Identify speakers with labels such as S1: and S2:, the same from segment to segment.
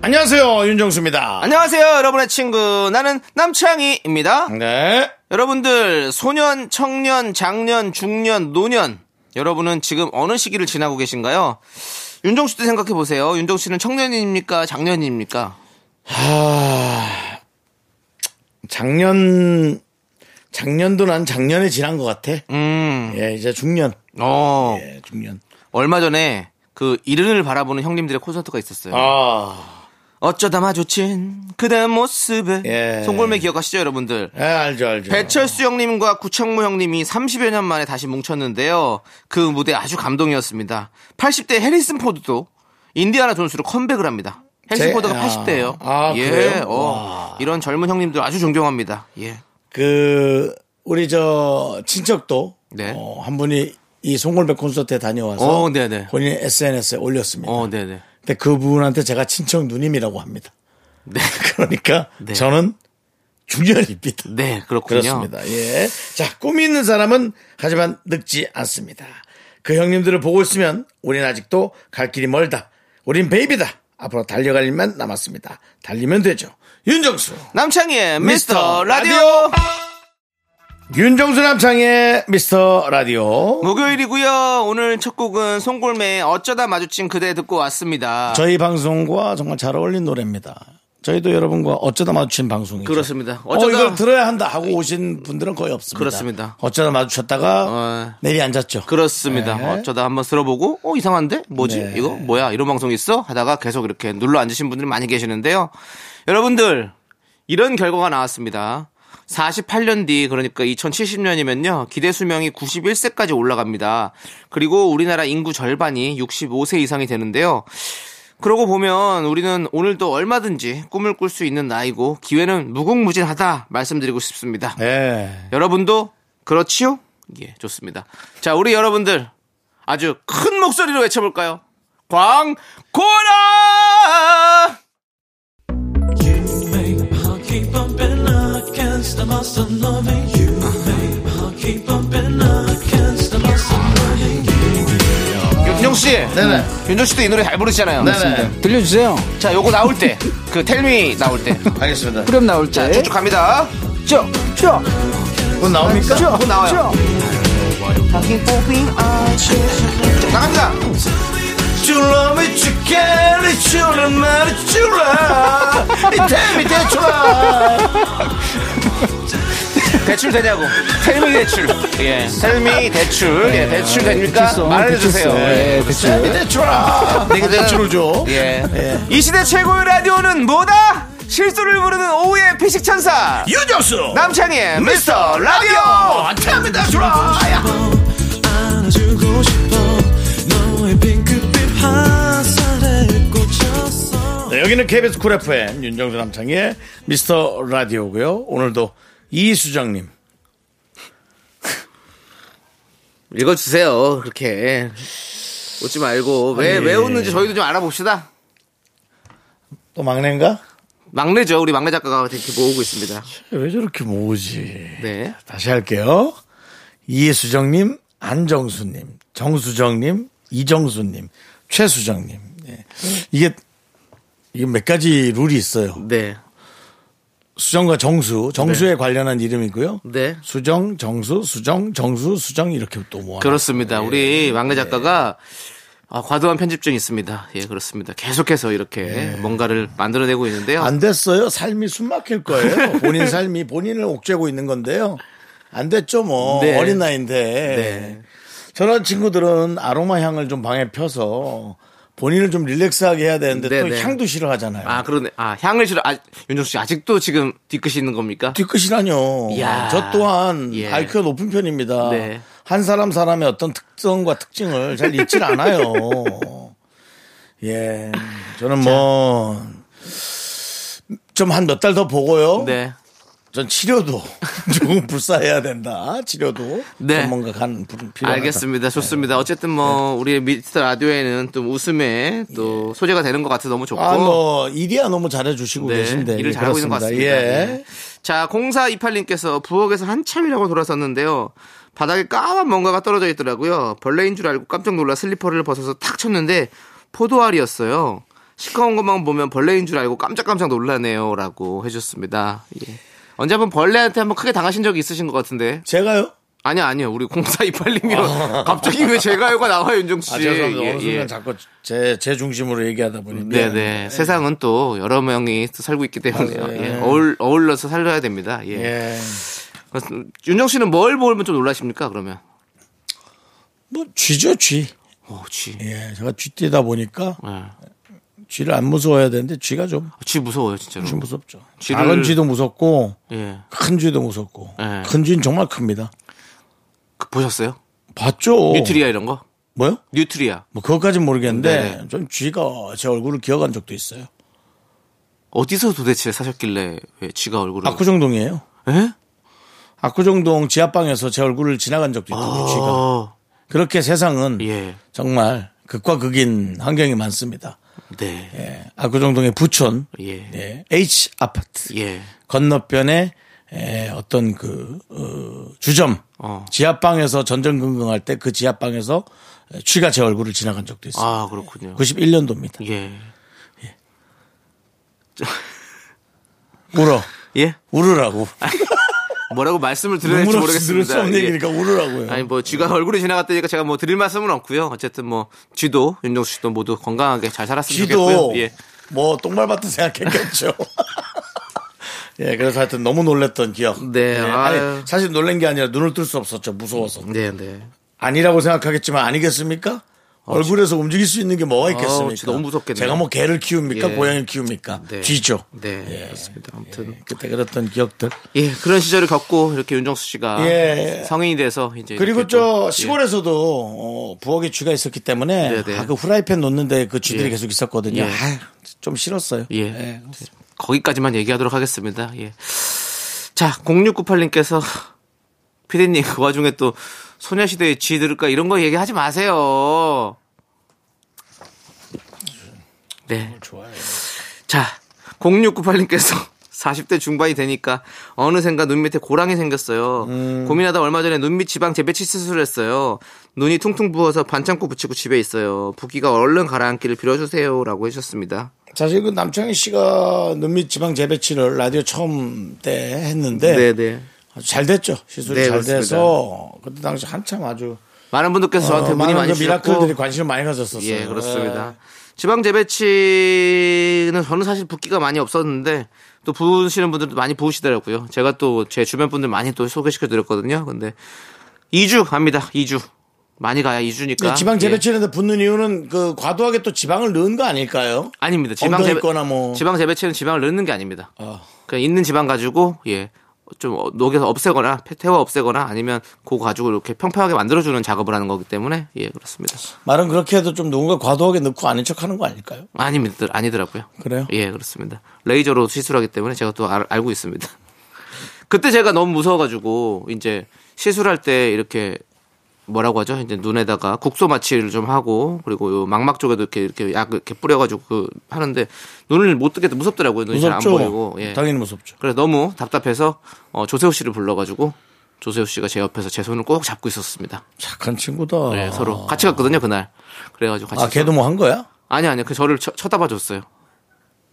S1: 안녕하세요 윤정수입니다.
S2: 안녕하세요, 여러분의 친구. 나는 남창희입니다.
S1: 네.
S2: 여러분들, 소년, 청년, 장년, 중년, 노년. 여러분은 지금 어느 시기를 지나고 계신가요? 윤종 씨도 생각해 보세요. 윤종 씨는 청년입니까? 장년입니까?
S1: 작년 작년도 난 작년에 지난 것 같아.
S2: 음,
S1: 예 이제 중년.
S2: 어,
S1: 예 중년.
S2: 얼마 전에 그 이른을 바라보는 형님들의 콘서트가 있었어요.
S1: 아.
S2: 어쩌다 마주친 그대 모습에.
S1: 예.
S2: 송골매 기억하시죠, 여러분들?
S1: 예 알죠 알죠.
S2: 배철수 형님과 구창모 형님이 30여 년 만에 다시 뭉쳤는데요. 그 무대 아주 감동이었습니다. 80대 해리슨 포드도 인디아나 존스로 컴백을 합니다. 해리슨
S1: 제-
S2: 포드가
S1: 아.
S2: 80대예요.
S1: 아,
S2: 예,
S1: 그래요?
S2: 어, 이런 젊은 형님들 아주 존경합니다. 예.
S1: 그 우리 저 친척도
S2: 네.
S1: 어, 한 분이 이 송골백 콘서트에 다녀와서
S2: 어, 네네.
S1: 본인 SNS에 올렸습니다.
S2: 어, 네네.
S1: 근데 그분한테 제가 친척 누님이라고 합니다.
S2: 네.
S1: 그러니까
S2: 네.
S1: 저는 중년입니다.
S2: 네, 그렇군요.
S1: 그렇습니다. 예. 자, 꿈이 있는 사람은 하지만 늙지 않습니다. 그 형님들을 보고 있으면 우린 아직도 갈 길이 멀다. 우린 베이비다. 앞으로 달려갈 일만 남았습니다. 달리면 되죠. 윤정수.
S2: 남창희의
S1: 미스터
S2: 미스터 라디오.
S1: 라디오. 윤정수 남창의 미스터 라디오.
S2: 목요일이고요. 오늘 첫 곡은 송골매의 어쩌다 마주친 그대 듣고 왔습니다.
S1: 저희 방송과 정말 잘 어울린 노래입니다. 저희도 여러분과 어쩌다 마주친 방송이죠.
S2: 그렇습니다.
S1: 어
S2: 어쩌다-
S1: 이걸 들어야 한다 하고 오신 분들은 거의 없습니다.
S2: 그렇습니다.
S1: 어쩌다 마주쳤다가
S2: 어.
S1: 내리 앉았죠.
S2: 그렇습니다.
S1: 네.
S2: 어쩌다 한번 들어보고, 어, 이상한데? 뭐지?
S1: 네.
S2: 이거? 뭐야? 이런 방송 있어? 하다가 계속 이렇게 눌러 앉으신 분들이 많이 계시는데요. 여러분들, 이런 결과가 나왔습니다. 48년 뒤, 그러니까 2070년이면요, 기대 수명이 91세까지 올라갑니다. 그리고 우리나라 인구 절반이 65세 이상이 되는데요. 그러고 보면 우리는 오늘도 얼마든지 꿈을 꿀 수 있는 나이고, 기회는 무궁무진하다 말씀드리고 싶습니다.
S1: 예.
S2: 여러분도 그렇지요? 예, 좋습니다. 자, 우리 여러분들 아주 큰 목소리로 외쳐볼까요? 광고라! 윤정 씨,
S1: 네네.
S2: 윤정 씨도 이 노래 잘 부르시잖아요.
S1: 네네.
S3: 들려주세요.
S2: 자, 요거 나올 때, 그 텔미 나올 때
S1: 알겠습니다.
S3: 그럼 나올 때.
S2: 쭉쭉 갑니다.
S3: 쭉, 쭉,
S1: 그건 나옵니까?
S2: 쭉뭐 나와요. 쭉 나갑니다.
S1: You love me, you care, it's your love, it's your love. It tell me that you love.
S2: 대출 되냐고. 텔미 대출. 예, 텔미 대출. 예, 대출 됩니까?
S3: 대출성,
S2: 말해주세요.
S3: 대출성. 네, 예,
S1: Tell me
S3: 대출.
S1: that you love. 내가 대출을 줘.
S2: 예. 이 시대 최고의 라디오는 뭐다? 실수를 부르는 오후의 피식 천사
S1: 유정수
S2: 남창희의 미스터 라디오.
S3: 아,
S1: 라디오 Tell me that you love. 네, 여기는 KBS 쿨 FM 윤정수 남창의 미스터 라디오고요. 오늘도 이수정님
S2: 읽어주세요. 그렇게 웃지 말고 왜 왜 웃는지 저희도 좀 알아봅시다.
S1: 또 막내인가?
S2: 막내죠. 우리 막내 작가가 이렇게 모으고 있습니다.
S1: 왜 저렇게 모으지?
S2: 네.
S1: 다시 할게요. 이수정님, 안정수님, 정수정님, 이정수님, 최수정님. 예. 이게 이게 몇 가지 룰이 있어요.
S2: 네.
S1: 수정과 정수, 정수에 관련한 이름이고요.
S2: 네.
S1: 수정, 정수, 수정, 정수, 수정 이렇게 또 모아. 네.
S2: 그렇습니다. 우리 막내 작가가 아, 과도한 편집증이 있습니다. 예, 그렇습니다. 계속해서 이렇게 뭔가를 만들어내고 있는데요.
S1: 네. 안 됐어요. 삶이 숨막힐 거예요. 본인 삶이 본인을 옥죄고 있는 건데요. 안 됐죠, 뭐.
S2: 네.
S1: 어린 나이인데.
S2: 네.
S1: 저런 친구들은 아로마 향을 좀 방에 펴서 본인을 좀 릴렉스하게 해야 되는데
S2: 네,
S1: 또
S2: 네.
S1: 향도 싫어하잖아요.
S2: 아, 그러네. 아, 향을 싫어. 아, 윤정수 씨 아직도 지금 뒤끝이 있는 겁니까?
S1: 뒤끝이라뇨.
S2: 이야.
S1: 저 또한
S2: 예.
S1: IQ가 높은 편입니다.
S2: 네.
S1: 한 사람 사람의 어떤 특성과 특징을 잘 잊질 않아요. 예. 저는 뭐 좀 한 몇 달 더 보고요.
S2: 네.
S1: 전 치료도 조금 불사해야 된다. 치료도
S2: 네.
S1: 전문가 간 필요하다. 네.
S2: 알겠습니다. 좋습니다. 어쨌든 뭐 우리 미스터 라디오에는 또 웃음에 또 소재가 되는 것 같아서 너무 좋고.
S1: 예. 아, 뭐 일이야 너무 잘해주시고
S2: 네,
S1: 계신데
S2: 일을
S1: 예,
S2: 잘하고 있는 것 같습니다.
S1: 예.
S2: 네. 자, 공사 이팔님께서 부엌에서 한참이라고 돌아섰는데요. 바닥에 까만 뭔가가 떨어져 있더라고요. 벌레인 줄 알고 깜짝 놀라 슬리퍼를 벗어서 탁 쳤는데 포도알이었어요. 시커먼 것만 보면 벌레인 줄 알고 깜짝깜짝 놀라네요라고 해줬습니다. 예. 언제 한번 벌레한테 한번 크게 당하신 적이 있으신 것 같은데
S1: 제가요?
S2: 아니요 아니요 우리 공사 이팔님이요 갑자기 왜 제가요가 나와요 윤종 씨
S1: 아, 죄송합니다.
S2: 예,
S1: 어느
S2: 예.
S1: 순간 자꾸 제, 제 중심으로 얘기하다 보니.
S2: 네네. 세상은 또 여러 명이 또 살고 있기 때문에요.
S1: 맞아요. 네.
S2: 예. 어울, 어울러서 살려야 됩니다. 예.
S1: 예.
S2: 그래서 윤정 씨는 뭘 보면 좀 놀라십니까, 그러면?
S1: 뭐, 쥐죠, 쥐.
S2: 오, 쥐.
S1: 예. 제가 쥐 뛰다 보니까
S2: 예.
S1: 쥐를 안 무서워야 되는데 쥐가 좀,
S2: 쥐 무서워요, 진짜로.
S1: 좀 무섭죠.
S2: 쥐를-
S1: 작은 쥐도 무섭고,
S2: 예.
S1: 큰 쥐도 무섭고,
S2: 예.
S1: 큰 쥐는 정말 큽니다.
S2: 그, 보셨어요?
S1: 봤죠?
S2: 뉴트리아 이런 거?
S1: 뭐요?
S2: 뉴트리아.
S1: 뭐, 그것까진 모르겠는데,
S2: 네네.
S1: 전 쥐가 제 얼굴을 기억한 적도 있어요.
S2: 어디서 도대체 사셨길래 왜 쥐가 얼굴을.
S1: 아, 그 압구정동이에요. 아,
S2: 예?
S1: 압구정동 지하방에서 제 얼굴을 지나간 적도 있거든요, 쥐가.
S2: 어,
S1: 그렇게 세상은
S2: 예.
S1: 정말 극과 극인 환경이 많습니다.
S2: 네.
S1: 예, 압구정동의 부촌
S2: 예.
S1: 예, H 아파트
S2: 예.
S1: 건너편에 예, 어떤 그 어, 주점
S2: 어.
S1: 지하방에서 전전긍긍할 때 그 지하방에서 쥐가 제 얼굴을 지나간 적도 있어요.
S2: 아, 그렇군요.
S1: 91년도입니다.
S2: 예.
S1: 울어
S2: 예?
S1: 울으라고
S2: 뭐라고 말씀을 드려야 될지
S1: 눈물 없이 들을
S2: 모르겠습니다.
S1: 수 없는
S2: 예.
S1: 얘기니까 울으라고요.
S2: 아니 뭐 쥐가 얼굴이 지나갔다니까 제가 뭐 드릴 말씀은 없고요. 어쨌든 뭐 쥐도 윤정수 씨도 모두 건강하게 잘 살았으면
S1: 쥐도
S2: 좋겠고요. 예.
S1: 뭐 똥밟았다 생각했겠죠. 예, 그래서 하여튼 너무 놀랬던 기억.
S2: 네,
S1: 예,
S2: 아유.
S1: 아니, 사실 놀란 게 아니라 눈을 뜰 수 없었죠. 무서워서.
S2: 네, 네.
S1: 아니라고 생각하겠지만 아니겠습니까? 얼굴에서 움직일 수 있는 게 뭐가 있겠습니까?
S2: 어, 어우, 진짜 너무 무섭겠네요.
S1: 제가 뭐 개를 키웁니까?
S2: 예.
S1: 고양이를 키웁니까?
S2: 네.
S1: 쥐죠.
S2: 네.
S1: 예.
S2: 그렇습니다. 아무튼
S1: 예, 그때 그랬던 기억들.
S2: 예, 그런 시절을 겪고 이렇게 윤정수 씨가
S1: 예.
S2: 성인이 돼서 이제
S1: 그리고
S2: 이렇게 또,
S1: 저 시골에서도 어, 부엌에 쥐가 있었기 때문에
S2: 예. 네, 네.
S1: 아, 그 후라이팬 놓는데 그 쥐들이
S2: 예.
S1: 계속 있었거든요.
S2: 예.
S1: 아, 좀 싫었어요.
S2: 예. 거기까지만 얘기하도록 하겠습니다. 예. 자, 0698님께서 피디님 그 와중에 또 소녀시대의 쥐 들을까 이런 거 얘기하지 마세요. 네.
S1: 좋아요.
S2: 자, 0698님께서 40대 중반이 되니까 어느샌가 눈 밑에 고랑이 생겼어요.
S1: 음.
S2: 고민하다 얼마 전에 눈 밑 지방 재배치 수술을 했어요. 눈이 퉁퉁 부어서 반창고 붙이고 집에 있어요. 부기가 얼른 가라앉기를 빌어주세요. 라고 해주셨습니다.
S1: 사실 그 남창희 씨가 눈밑 지방 재배치를 라디오 처음 때 했는데
S2: 네.
S1: 아주 잘 됐죠. 시술이
S2: 네,
S1: 잘
S2: 그렇습니다.
S1: 돼서 그때 당시 한참 아주
S2: 많은 분들께서 저한테
S1: 어,
S2: 문의
S1: 많은
S2: 많이
S1: 그 미라클들이
S2: 주셨고
S1: 관심을 많이 가졌었어요.
S2: 예, 그렇습니다. 지방 재배치는 저는 사실 붓기가 많이 없었는데 또 부으시는 분들도 많이 부으시더라고요. 제가 또 제 주변 분들 많이 또 소개시켜 드렸거든요. 근데 2주 갑니다. 2주. 많이 가야 2주니까. 예.
S1: 근데 네, 지방 재배치는데 붙는 이유는 그 과도하게 또 지방을 넣은 거 아닐까요?
S2: 아닙니다. 지방
S1: 엉덩이
S2: 재배
S1: 거나 뭐.
S2: 지방 재배치는 지방을 넣는 게 아닙니다.
S1: 어.
S2: 그냥 있는 지방 가지고 예. 좀 어, 녹여서 없애거나 태- 태워 없애거나 아니면 그거 가지고 이렇게 평평하게 만들어 주는 작업을 하는 거기 때문에 예, 그렇습니다.
S1: 말은 그렇게 해도 좀 누군가 과도하게 넣고 아닌 척 하는 거 아닐까요?
S2: 아닙니다. 아니더라고요.
S1: 그래요?
S2: 예, 그렇습니다. 레이저로 시술하기 때문에 제가 또 알, 알고 있습니다. 그때 제가 너무 무서워가지고 이제 시술할 때 이렇게 뭐라고 하죠? 이제 눈에다가 국소 마취를 좀 하고 그리고 요 망막 쪽에도 이렇게 이렇게 약 이렇게 뿌려가지고 그 하는데 눈을 못 뜨겠다 무섭더라고요. 눈이 잘 안
S1: 무섭죠.
S2: 보이고. 예.
S1: 당연히 무섭죠.
S2: 그래서 너무 답답해서 어, 조세호 씨를 불러가지고 조세호 씨가 제 옆에서 제 손을 꼭 잡고 있었습니다.
S1: 착한 친구다.
S2: 예, 서로 같이 갔거든요 그날. 그래가지고 같이.
S1: 네. 아, 걔도 뭐 한 거야?
S2: 아니 아니 그 저를 쳐, 쳐다봐줬어요.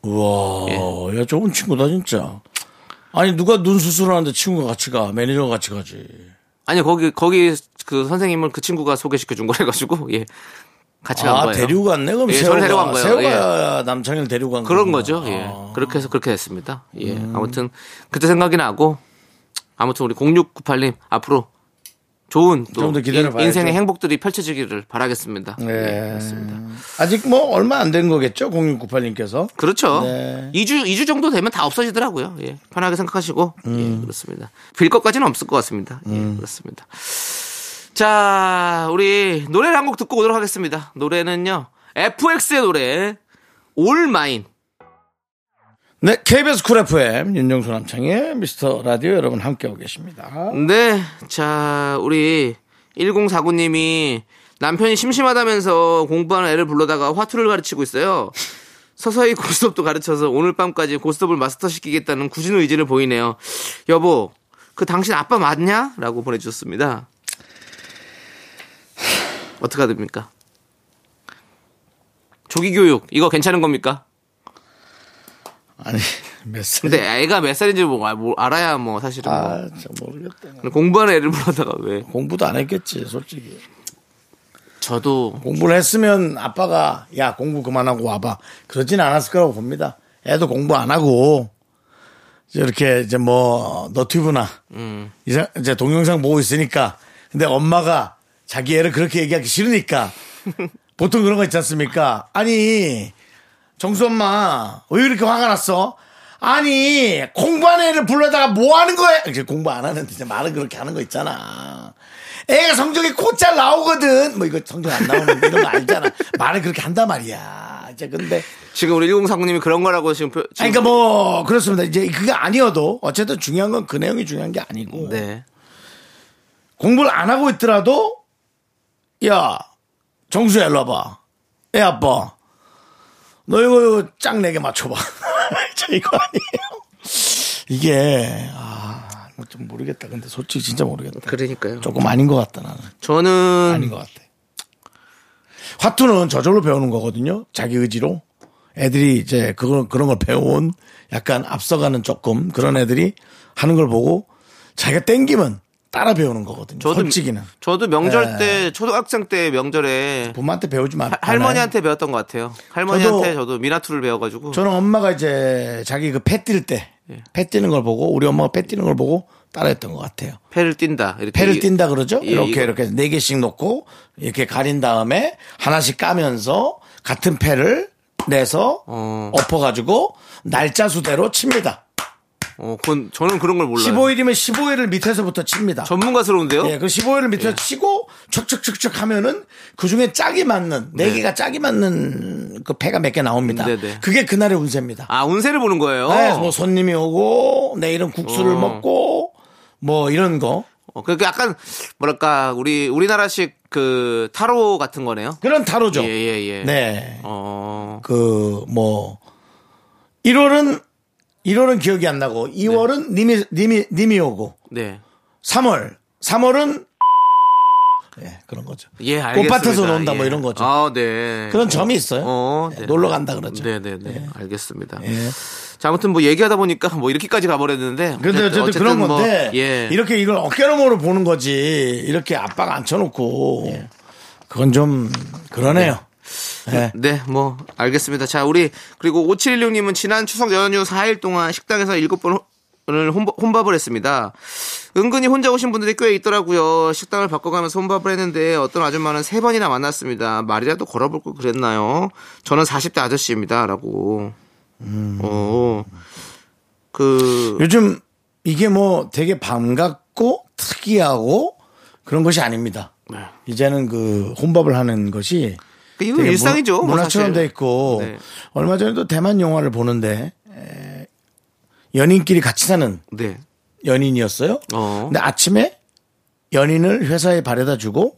S1: 우와, 야, 좋은 친구다, 진짜. 아니, 누가 눈 수술하는데 친구가 같이 가, 매니저가 같이 가지.
S2: 아니 거기 거기 그 선생님을 그 친구가 소개시켜 준 거래 가지고 예 같이 간
S1: 아,
S2: 거예요.
S1: 데리고 갔네? 그럼
S2: 예,
S1: 세호가,
S2: 저를 데려간 거예요.
S1: 세호가 남창이를 데리고 간
S2: 그런
S1: 거구나. 아. 음.
S2: 거죠. 예 그렇게 해서 그렇게 됐습니다. 예 아무튼 그때 생각이 나고 아무튼 우리 0698님 앞으로 좋은 또
S1: 좀더 기다려봐야죠.
S2: 인, 생의 행복들이 펼쳐지기를 바라겠습니다.
S1: 예. 아직 뭐 얼마 안 된 거겠죠? 0698님께서.
S2: 그렇죠.
S1: 네.
S2: 2주 2주 정도 되면 다 없어지더라고요. 예. 편하게 생각하시고. 예, 그렇습니다. 빌 것까지는 없을 것 같습니다. 예, 그렇습니다. 자, 우리 노래를 한 곡 듣고 오도록 하겠습니다. 노래는요. FX의 노래 올 마인.
S1: 네, KBS 쿨 FM 윤정수 남창의 미스터 라디오 여러분 함께하고 계십니다.
S2: 네, 자, 우리 1049님이 남편이 심심하다면서 공부하는 애를 불러다가 화투를 가르치고 있어요. 서서히 고스톱도 가르쳐서 오늘 밤까지 고스톱을 마스터 시키겠다는 굳은 의지를 보이네요. 여보, 그 당신 아빠 맞냐? 라고 보내주셨습니다. 어떻게 됩니까? 조기교육, 이거 괜찮은 겁니까?
S1: 아니, 몇 살?
S2: 근데 애가 몇 살인지 뭐, 알- 뭐 알아야 뭐 사실은 뭐.
S1: 아, 저 모르겠다.
S2: 공부하는 애를 불러다가 왜?
S1: 공부도 안 했겠지, 솔직히.
S2: 저도
S1: 공부를 했으면 아빠가 야, 공부 그만하고 와봐. 그러진 않았을 거라고 봅니다. 애도 공부 안 하고 이제 이렇게 이제 뭐 너튜브나 이제 이제 동영상 보고 있으니까 근데 엄마가 자기 애를 그렇게 얘기하기 싫으니까 보통 그런 거 있지 않습니까? 아니 정수 엄마 왜 이렇게 화가 났어? 아니 공부하는 애를 불러다가 뭐 하는 거야? 이렇게 공부 안 하는데 이제 말은 그렇게 하는 거 있잖아. 애가 성적이 곧잘 나오거든. 뭐 이거 성적 안 나오는데 이런 거 알잖아. 말을 그렇게 한단 말이야. 이제 근데
S2: 지금 우리 1049님이 그런 거라고 지금, 표- 지금
S1: 아니, 그러니까 뭐 그렇습니다. 이제 그게 아니어도 어쨌든 중요한 건 그 내용이 중요한 게 아니고
S2: 네.
S1: 공부를 안 하고 있더라도 야 정수야 일로 와봐. 애 아빠 너 이거, 이거 짝 내게 맞춰봐. 저 이거 아니에요. 이게 아좀 모르겠다. 근데 솔직히 진짜 모르겠다.
S2: 그러니까요.
S1: 조금 아닌 것 같다 나는. 아닌
S2: 저는
S1: 것 같아. 화투는 저절로 배우는 거거든요. 자기 의지로. 애들이 이제 그걸 그런 걸 배워온 약간 앞서가는 조금 그런 애들이 하는 걸 보고 자기가 땡기면 따라 배우는 거거든요.
S2: 저도
S1: 솔직히는
S2: 저도 명절
S1: 예.
S2: 때 초등학생 때 명절에
S1: 부모한테 배우지 마.
S2: 하- 할머니한테 배웠던 것 같아요. 할머니한테 저도, 미나투를 배워가지고
S1: 네. 저는 엄마가 이제 자기 그 패 뛸 때,
S2: 예.
S1: 패 뛰는 걸 보고 우리 엄마가 패 뛰는 걸 보고 따라했던 것 같아요.
S2: 패를 뛴다 이렇게
S1: 패를
S2: 이-
S1: 띈다 그러죠?
S2: 예,
S1: 이렇게
S2: 이거.
S1: 이렇게 네 개씩 놓고 이렇게 가린 다음에 하나씩 까면서 같은 패를 내서
S2: 어.
S1: 엎어가지고 날짜 수대로 칩니다.
S2: 어, 그건 저는 그런 걸 몰라요.
S1: 15일이면 15일을 밑에서부터 칩니다.
S2: 전문가스러운데요.
S1: 예, 그 15일을 밑에 서 치고 척척척척 하면은 그 중에 짝이 맞는 네 개가 짝이 맞는 그 패가 몇 개 나옵니다.
S2: 네, 네.
S1: 그게 그날의 운세입니다.
S2: 아 운세를 보는 거예요.
S1: 네, 뭐 손님이 오고 내일은 국수를
S2: 어.
S1: 먹고 뭐 이런 거
S2: 어, 그러니까 약간 뭐랄까 우리 우리나라식 그 타로 같은 거네요.
S1: 그런 타로죠.
S2: 예, 예, 예.
S1: 네.
S2: 어,
S1: 그, 뭐, 1월은, 1월은 기억이 안 나고, 2월은 님이, 님이, 님이 오고,
S2: 네.
S1: 3월, 3월은, 예, 그런 거죠.
S2: 예, 알겠습니다.
S1: 꽃밭에서 논다
S2: 예.
S1: 뭐 이런 거죠.
S2: 아, 네.
S1: 그런 점이 있어요.
S2: 어,
S1: 예, 놀러 간다 그러죠.
S2: 네, 네, 네. 알겠습니다.
S1: 예.
S2: 자, 아무튼 뭐 얘기하다 보니까 뭐 이렇게까지 가버렸는데.
S1: 근데 어쨌든, 그런
S2: 뭐,
S1: 건데,
S2: 예.
S1: 이렇게 이걸 어깨너머로 보는 거지, 이렇게 압박 앉혀놓고, 그건 좀, 그러네요. 예.
S2: 예. 네, 뭐, 알겠습니다. 자, 우리, 그리고 5716님은 지난 추석 연휴 4일 동안 식당에서 7번 을 혼밥을 했습니다. 은근히 혼자 오신 분들이 꽤 있더라고요. 식당을 바꿔가면서 혼밥을 했는데 어떤 아줌마는 세 번이나 만났습니다. 말이라도 걸어볼 걸 그랬나요? 저는 40대 아저씨입니다라고.
S1: 음.
S2: 어, 그
S1: 요즘 이게 뭐 되게 반갑고 특이하고 그런 것이 아닙니다. 이제는 그 혼밥을 하는 것이
S2: 이거
S1: 되게
S2: 일상이죠. 뭐
S1: 문, 화처럼
S2: 사실.
S1: 돼 있고
S2: 네.
S1: 얼마 전에도 대만 영화를 보는데 에, 연인끼리 같이 사는
S2: 네.
S1: 연인이었어요.
S2: 어.
S1: 근데 아침에 연인을 회사에 바래다 주고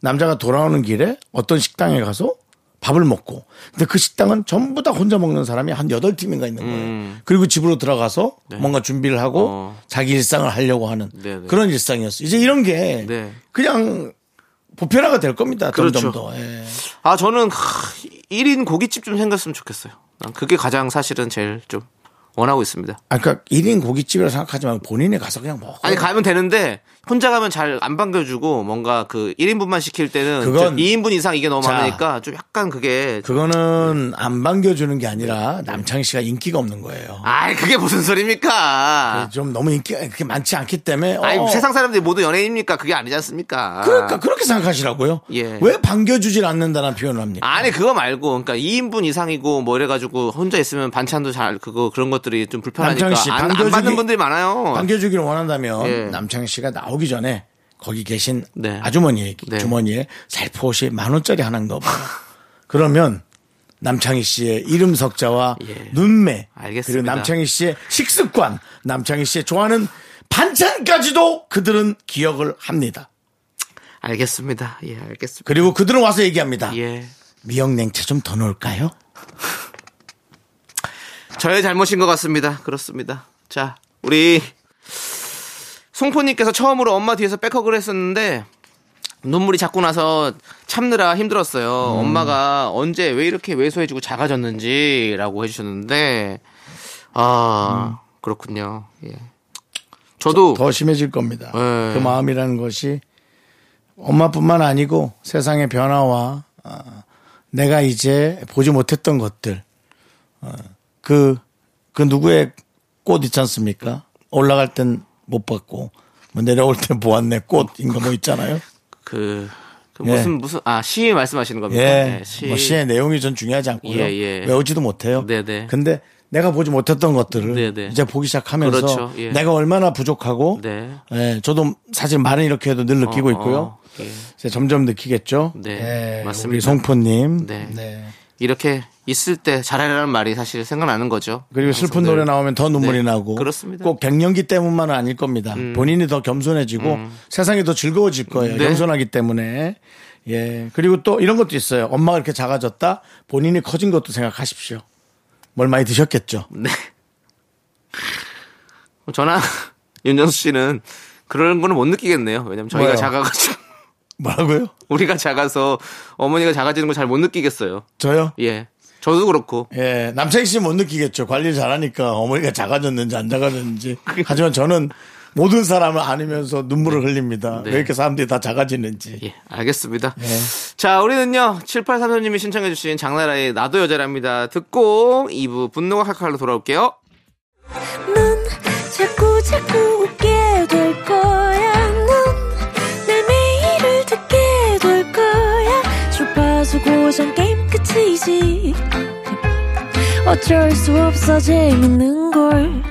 S1: 남자가 돌아오는 길에 어떤 식당에 가서 밥을 먹고 근데 그 식당은 전부 다 혼자 먹는 사람이 한 여덟 팀인가 있는 거예요. 그리고 집으로 들어가서 뭔가 준비를 하고
S2: 음. 네. 어.
S1: 자기 일상을 하려고 하는
S2: 네네.
S1: 그런 일상이었어요. 이제 이런 게
S2: 네.
S1: 그냥 보편화가 될 겁니다. 점점
S2: 그렇죠.
S1: 더. 예.
S2: 아 저는 1인 고깃집 좀 생겼으면 좋겠어요. 난 그게 가장 사실은 제일 좀 원하고 있습니다.
S1: 아, 그러니까 1인 고깃집이라 생각하지 말고 본인이 가서 그냥 먹어.
S2: 아니 가면 되는데 혼자 가면 잘 안 반겨주고 뭔가 그 1인분만 시킬 때는
S1: 그건-
S2: 2인분 이상 이게 너무
S1: 자.
S2: 많으니까 좀 약간 그게
S1: 그거는 안 반겨주는 게 아니라 남창희 씨가 인기가 없는 거예요. 네,
S2: 아이 그게 무슨 소리입니까?
S1: 좀 너무 인기가 그렇게 많지 않기 때문에
S2: 아. 아니
S1: 그렇죠. 어,
S2: 세상 사람들이 모두 연예인입니까? 그게 아니지 않습니까?
S1: 그러니까 그렇게 생각하시라고요.
S2: 예.
S1: 왜 반겨주질 않는다는 표현을 합니까?
S2: 아니 그거 말고 그러니까 2인분 이상이고 뭐 이래가지고 혼자 있으면 반찬도 잘 그거 그런 것들이 좀 불편하니까
S1: 남창희 씨,
S2: 안, 안
S1: 반겨주기-
S2: 받는 분들이 많아요.
S1: 반겨주기를 원한다면
S2: 어. 예.
S1: 남창희 씨가 나오기 전에 거기 계신
S2: 네.
S1: 아주머니
S2: 네.
S1: 주머니에 살포시 만 원짜리 하는 거 봐요. 그러면 남창희 씨의 이름 석자와
S2: 예.
S1: 눈매
S2: 알겠습니다.
S1: 그리고 남창희 씨의 식습관, 남창희 씨의 좋아하는 반찬까지도 그들은 기억을 합니다.
S2: 알겠습니다. 예, 알겠습니다.
S1: 그리고 그들은 와서 얘기합니다.
S2: 예.
S1: 미역냉채 좀 더 넣을까요?
S2: 저의 잘못인 것 같습니다. 그렇습니다. 자, 우리 송포님께서 처음으로 엄마 뒤에서 백허그를 했었는데 눈물이 자꾸 나서 참느라 힘들었어요.
S1: 음.
S2: 엄마가 언제 왜 이렇게 왜소해지고 작아졌는지라고 해주셨는데 아
S1: 음.
S2: 그렇군요. 예. 저도
S1: 더 심해질 겁니다.
S2: 예.
S1: 그 마음이라는 것이 엄마뿐만 아니고 세상의 변화와 어, 내가 이제 보지 못했던 것들 어, 그, 그 누구의 꽃 있지 않습니까? 올라갈 땐 못 봤고 뭐 내려올 땐 보았네 꽃인 거 뭐 있잖아요.
S2: 그, 그
S1: 예.
S2: 무슨 무슨 아 시 말씀하시는 겁니까?
S1: 예.
S2: 네, 시.
S1: 뭐 시의 내용이 전 중요하지 않고요.
S2: 예, 예.
S1: 외우지도 못해요.
S2: 네네.
S1: 근데 내가 보지 못했던 것들을
S2: 네네.
S1: 이제 보기 시작하면서
S2: 그렇죠. 예.
S1: 내가 얼마나 부족하고
S2: 네.
S1: 예, 저도 사실 말은 이렇게 해도 늘 느끼고
S2: 어,
S1: 있고요.
S2: 어, 예.
S1: 이제 점점 느끼겠죠.
S2: 네,
S1: 예,
S2: 맞습니다.
S1: 우리 송포님.
S2: 네.
S1: 네.
S2: 이렇게 있을 때 잘하라는 말이 사실 생각나는 거죠.
S1: 그리고 슬픈
S2: 방송들.
S1: 노래 나오면 더 눈물이
S2: 네,
S1: 나고
S2: 그렇습니다. 음.
S1: 꼭 갱년기 때문만은 아닐 겁니다. 본인이 더 겸손해지고 세상이 더 즐거워질 거예요.
S2: 네.
S1: 겸손하기 때문에. 예. 그리고 또 이런 것도 있어요. 엄마가 이렇게 작아졌다. 본인이 커진 것도 생각하십시오. 뭘 많이 드셨겠죠.
S2: 네. 저나 윤정수 씨는 그런 거는 못 느끼겠네요. 왜냐면 저희가
S1: 뭐요?
S2: 작아가지고
S1: 뭐라고요?
S2: 우리가 작아서 어머니가 작아지는 걸 잘 못 느끼겠어요.
S1: 저요?
S2: 예. 저도 그렇고.
S1: 예, 남창희 씨는 못 느끼겠죠. 관리를 잘하니까 어머니가 작아졌는지 안 작아졌는지. 하지만 저는 모든 사람을 안으면서 눈물을 흘립니다.
S2: 네.
S1: 왜 이렇게 사람들이 다 작아지는지.
S2: 예, 알겠습니다. 자, 우리는요, 7833님이 신청해주신 장나라의 나도 여자랍니다. 듣고 2부 분노가 칼칼로 돌아올게요.
S3: 넌 자꾸 자꾸 웃게 될 거야. 넌내 매일을 듣게 될 거야. 주파수 고정 게임 끝이지. 어쩔 수 없어 재밌는 걸.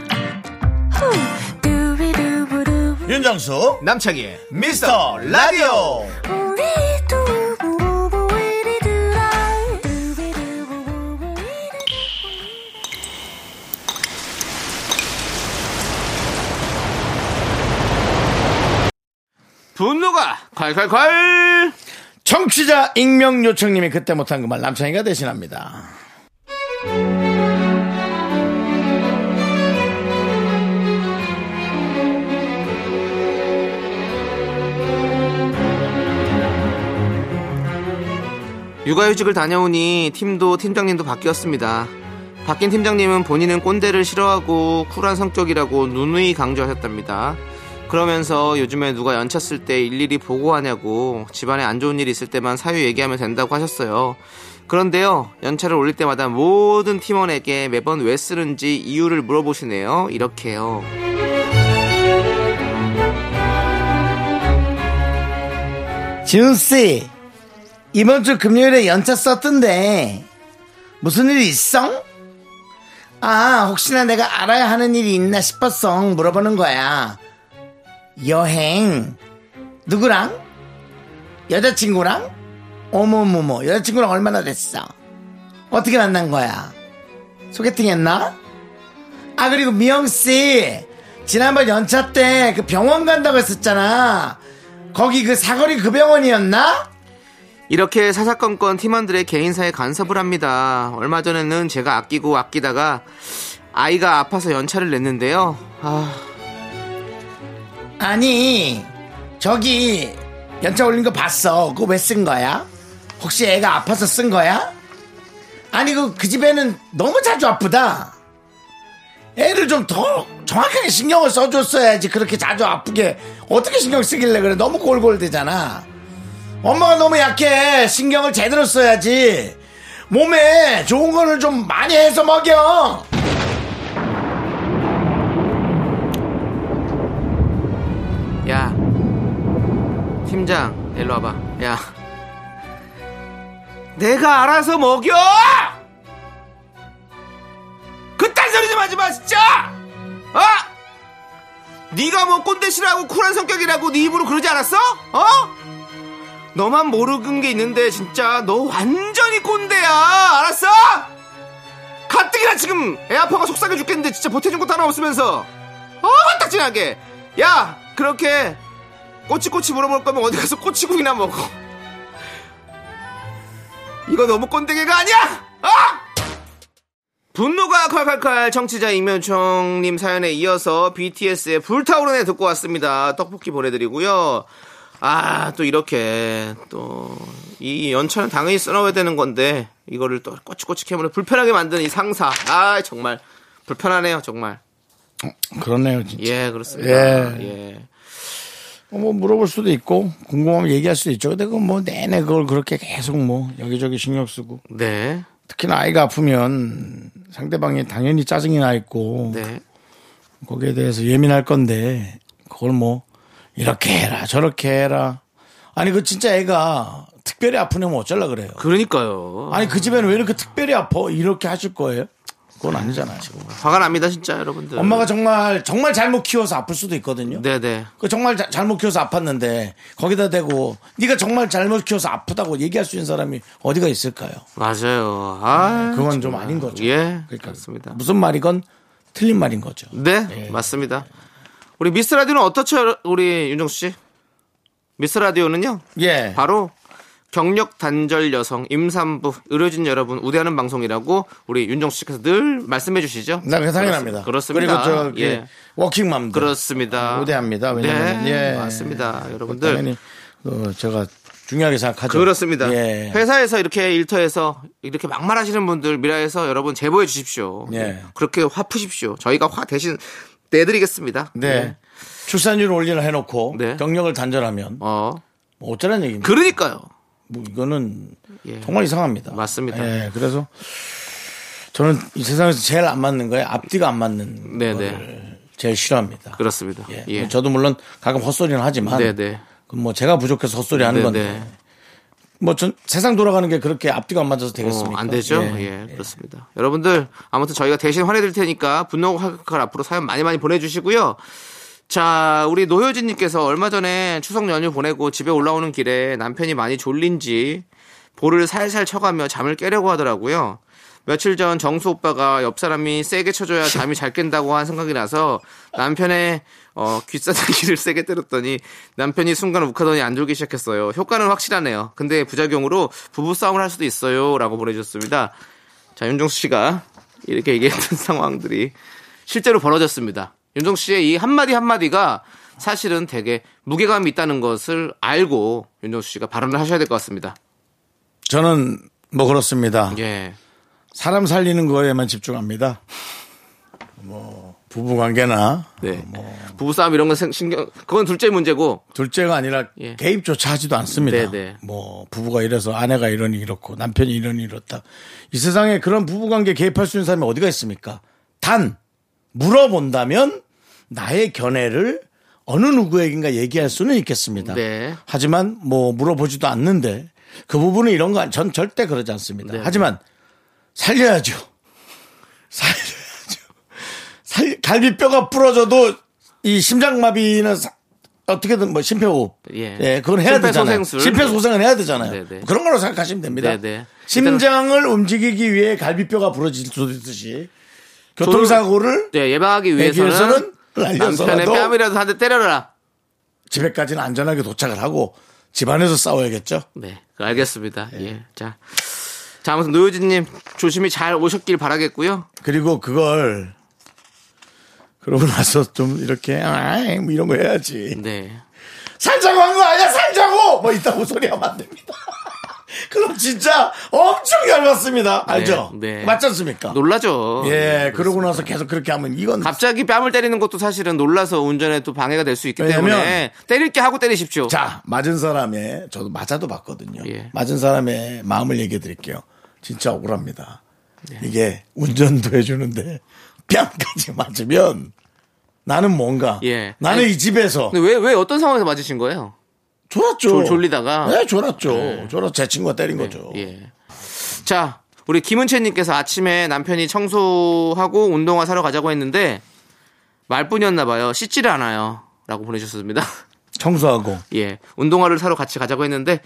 S3: 후. 두비두부두.
S1: 윤정수,
S2: 남창희의
S1: 미스터 라디오!
S3: 우리 두부부부 우리 두라. 두비두부부부 우리 두라.
S2: 분노가 콸콸콸!
S1: 청취자 익명 요청님이 그때 못한 그 말 남창희가 대신합니다.
S2: 육아휴직을 다녀오니 팀도 팀장님도 바뀌었습니다. 바뀐 팀장님은 본인은 꼰대를 싫어하고 쿨한 성격이라고 누누이 강조하셨답니다. 그러면서 요즘에 누가 연차 쓸 때 일일이 보고하냐고 집안에 안 좋은 일 있을 때만 사유 얘기하면 된다고 하셨어요. 그런데요, 연차를 올릴 때마다 모든 팀원에게 매번 왜 쓰는지 이유를 물어보시네요. 이렇게요.
S1: 지훈씨, 이번 주 금요일에 연차 썼던데, 무슨 일이 있어? 아, 혹시나 내가 알아야 하는 일이 있나 싶었어. 물어보는 거야. 여행. 누구랑? 여자친구랑? 어머머머, 여자친구랑 얼마나 됐어? 어떻게 만난 거야? 소개팅 했나? 아, 그리고 미영씨. 지난번 연차 때 그 병원 간다고 했었잖아. 거기 그 사거리 그 병원이었나?
S2: 이렇게 사사건건 팀원들의 개인사에 간섭을 합니다. 얼마 전에는 제가 아끼고 아끼다가 아이가 아파서 연차를 냈는데요. 아,
S1: 아니 저기 연차 올린 거 봤어 그거 왜 쓴 거야? 혹시 애가 아파서 쓴 거야? 아니 그, 그 집에는 너무 자주 아프다 애를 좀 더 정확하게 신경을 써줬어야지 그렇게 자주 아프게 어떻게 신경 쓰길래 그래 너무 골골대잖아 엄마가 너무 약해 신경을 제대로 써야지 몸에 좋은 거를 좀 많이 해서 먹여
S2: 야. 팀장, 일로 와봐. 야. 내가 알아서 먹여! 그딴 소리 좀 하지 마, 진짜! 어? 네가 뭐 꼰대 싫어하고 쿨한 성격이라고 네 입으로 그러지 않았어? 어? 너만 모르는 게 있는데 진짜 너 완전히 꼰대야 알았어? 가뜩이나 지금 애 아빠가 속상해 죽겠는데 진짜 보태준 것도 하나 없으면서 어 딱진하게 야 그렇게 꼬치꼬치 물어볼 거면 어디 가서 꼬치국이나 먹어 이거 너무 꼰대개가 아니야 아! 분노가 칼칼칼 청취자 이면총님 사연에 이어서 BTS의 불타오르네 듣고 왔습니다. 떡볶이 보내드리고요. 아, 또 이렇게, 또, 이 연차는 당연히 써놔야 되는 건데, 이거를 또 꼬치꼬치 캐물어 불편하게 만드는 이 상사. 아, 정말. 불편하네요, 정말.
S1: 그렇네요, 진짜.
S2: 예, 그렇습니다. 예.
S1: 뭐 물어볼 수도 있고 궁금하면 얘기할 수도 있죠. 근데 그건 뭐 내내 그걸 그렇게 계속 뭐 여기저기 신경 쓰고
S2: 네.
S1: 특히나 아이가 아프면 상대방이 당연히 짜증이 나 있고
S2: 네.
S1: 거기에 대해서 예민할 건데 그걸 뭐 이렇게 해라 저렇게 해라 아니 그 진짜 애가 특별히 아프면 어쩌려 그래요.
S2: 그러니까요.
S1: 아니 그 집에는 왜 이렇게 특별히 아파 이렇게 하실 거예요? 그건 아니잖아요.
S2: 화가 납니다, 진짜, 여러분들.
S1: 엄마가 정말 정말 잘못 키워서 아플 수도 있거든요.
S2: 네네.
S1: 그 정말 자- 잘못 키워서 아팠는데 거기다 대고 네가 정말 잘못 키워서 아프다고 얘기할 수 있는 사람이 어디가 있을까요?
S2: 맞아요. 아.
S1: 네, 그건 좀 아닌 거죠.
S2: 예.
S1: 그러니까
S2: 그렇습니다.
S1: 무슨 말이건 틀린 말인 거죠.
S2: 네,
S1: 예.
S2: 맞습니다. 우리 미스 라디오는 어떻죠, 우리 윤정수 씨? 미스 라디오는요,
S1: 예.
S2: 바로 경력 단절 여성, 임산부, 의료진 여러분 우대하는 방송이라고 우리 윤정수 씨께서 늘 말씀해 주시죠.
S1: 나 그게 당연합니다.
S2: 그렇습니다.
S1: 그리고 저기
S2: 예.
S1: 워킹맘들
S2: 그렇습니다.
S1: 우대합니다. 왜냐면
S2: 네,
S1: 예.
S2: 맞습니다. 여러분들.
S1: 당연히 어, 제가 중요하게 생각하죠.
S2: 그렇습니다.
S1: 예.
S2: 회사에서 이렇게 일터에서 이렇게 막말하시는 분들 미라에서 여러분 제보해 주십시오.
S1: 예.
S2: 그렇게 화 푸십시오. 저희가 화 대신 내드리겠습니다.
S1: 네.
S2: 예.
S1: 출산율 올리를 해놓고
S2: 네.
S1: 경력을 단절하면
S2: 어.
S1: 뭐 어쩌라는 얘기입니까?
S2: 그러니까요.
S1: 뭐 이거는
S2: 예.
S1: 정말 이상합니다.
S2: 맞습니다.
S1: 예, 그래서 저는 이 세상에서 제일 안 맞는 거예요. 앞뒤가 안 맞는
S2: 네네.
S1: 거를 제일 싫어합니다.
S2: 그렇습니다.
S1: 예.
S2: 예.
S1: 저도 물론 가끔 헛소리는 하지만
S2: 네네.
S1: 그뭐 제가 부족해서 헛소리 하는
S2: 네네.
S1: 건데 뭐 전 세상 돌아가는 게 그렇게 앞뒤가 안 맞아서 되겠습니까?
S2: 어, 안 되죠? 예. 그렇습니다. 여러분들, 아무튼 저희가 대신 화내드릴 테니까 분노 화극할 앞으로 사연 많이 많이 보내주시고요. 자, 우리 노효진님께서 얼마 전에 추석 연휴 보내고 집에 올라오는 길에 남편이 많이 졸린지 볼을 살살 쳐가며 잠을 깨려고 하더라고요. 며칠 전 정수 오빠가 옆 사람이 세게 쳐줘야 잠이 잘 깬다고 한 생각이 나서 남편의 어, 귓사다기를 세게 때렸더니 남편이 순간 욱하더니 안 졸기 시작했어요. 효과는 확실하네요. 근데 부작용으로 부부 싸움을 할 수도 있어요라고 보내주셨습니다. 자 윤종수 씨가 이렇게 얘기했던 상황들이 실제로 벌어졌습니다. 윤종수 씨의 이 한마디 한마디가 사실은 되게 무게감이 있다는 것을 알고 윤종수 씨가 발언을 하셔야 될 것 같습니다.
S1: 저는 뭐 그렇습니다.
S2: 예.
S1: 사람 살리는 거에만 집중합니다. 뭐 부부 관계나
S2: 네.
S1: 뭐,
S2: 부부싸움 이런 건 생- 신경, 그건 둘째 문제고.
S1: 둘째가 아니라
S2: 예.
S1: 개입조차 하지도 않습니다.
S2: 네네.
S1: 뭐 부부가 이래서 아내가 이러니 이렇고 남편이 이러니 이렇다. 이 세상에 그런 부부관계 개입할 수 있는 사람이 어디가 있습니까? 단 물어본다면 나의 견해를 어느 누구에게인가 얘기할 수는 있겠습니다.
S2: 네.
S1: 하지만 뭐 물어보지도 않는데 그 부분은 이런 거 전 절대 그러지 않습니다.
S2: 네.
S1: 하지만 살려야죠. 살려야죠. 살 갈비뼈가 부러져도 이 심장마비는 사- 어떻게든 뭐 심폐호흡.
S2: 예.
S1: 예. 그건 해야 되잖아요.
S2: 심폐소생술.
S1: 심폐소생은 해야 되잖아요.
S2: 네네.
S1: 그런 걸로 생각하시면 됩니다.
S2: 네네.
S1: 심장을 움직이기 위해 갈비뼈가 부러질 수 있듯이 교통사고를
S2: 네, 예방하기
S1: 위해서는
S2: 위해서는 남편의
S1: 날려서라도
S2: 뺨이라도 한 대 때려라.
S1: 집에까지는 안전하게 도착을 하고 집안에서 싸워야겠죠.
S2: 네, 그 알겠습니다. 예. 자. 자, 아무튼 노효진님 조심히 잘 오셨길 바라겠고요.
S1: 그리고 그걸 그러고 나서 좀 이렇게 아이 뭐 이런 거 해야지.
S2: 네.
S1: 살자고 한 거 아니야 살자고 뭐 이따고 소리하면 안 됩니다 그럼 진짜 엄청 열받습니다 알죠
S2: 네.
S1: 맞지 않습니까
S2: 놀라죠.
S1: 아. 예 그러고 나서 계속 그렇게 하면 이건
S2: 갑자기 뺨을 때리는 것도 사실은 놀라서 운전에 또 방해가 될 수 있기
S1: 왜냐면-
S2: 때문에 때릴 게 하고 때리십시오.
S1: 자 맞은 사람의 저도 맞아도 봤거든요
S2: 예.
S1: 맞은 사람의 마음을 얘기해 드릴게요 진짜 억울합니다
S2: 네.
S1: 이게 운전도 해주는데 뺨까지 맞으면 나는 뭔가
S2: 예.
S1: 나는
S2: 아니,
S1: 이 집에서
S2: 근데 왜, 왜 어떤 상황에서 맞으신 거예요?
S1: 졸았죠
S2: 졸- 졸리다가?
S1: 네 졸았죠 졸아 제 친구가 때린 거죠
S2: 예. 자, 우리 김은채님께서 아침에 남편이 청소하고 운동화 사러 가자고 했는데 말뿐이었나봐요. 씻지를 않아요. 라고 보내주셨습니다. 네.
S1: 청소하고
S2: 예. 운동화를 사러 같이 가자고 했는데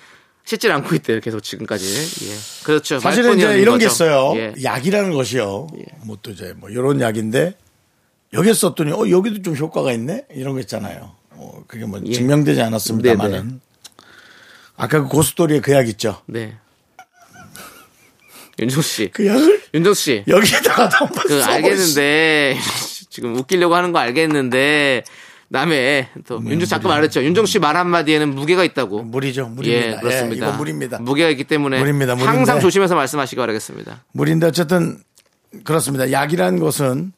S2: 씻질 않고 있대요. 계속 지금까지. 예. 그렇죠.
S1: 사실은 이제
S2: 말뿐이었는
S1: 이런 게
S2: 거죠.
S1: 있어요.
S2: 예.
S1: 약이라는 것이요. 뭐 또 이제 뭐 이런 약인데 여기 썼더니 어 여기도 좀 효과가 있네 이런 거 있잖아요. 어, 그게
S2: 예.
S1: 뭐 증명되지 않았습니다만은 아까 그 고스토리에 그 약 있죠.
S2: 네. 윤정 씨.
S1: 그 약을
S2: 윤정 씨.
S1: 여기에다가 한번
S2: 그
S1: 써버리시-
S2: 알겠는데 지금 웃기려고 하는 거 알겠는데 남의 또
S1: 음,
S2: 윤정 씨 아까 말했죠. 윤정 씨 말 한마디에는 무게가 있다고.
S1: 물이죠. 물입니다.
S2: 예, 그렇습니다.
S1: 이건 물입니다.
S2: 무게가 있기 때문에
S1: 물입니다, 예. 물인데.
S2: 항상 조심해서 말씀하시기 바라겠습니다.
S1: 물인데 어쨌든 그렇습니다. 약이라는 것은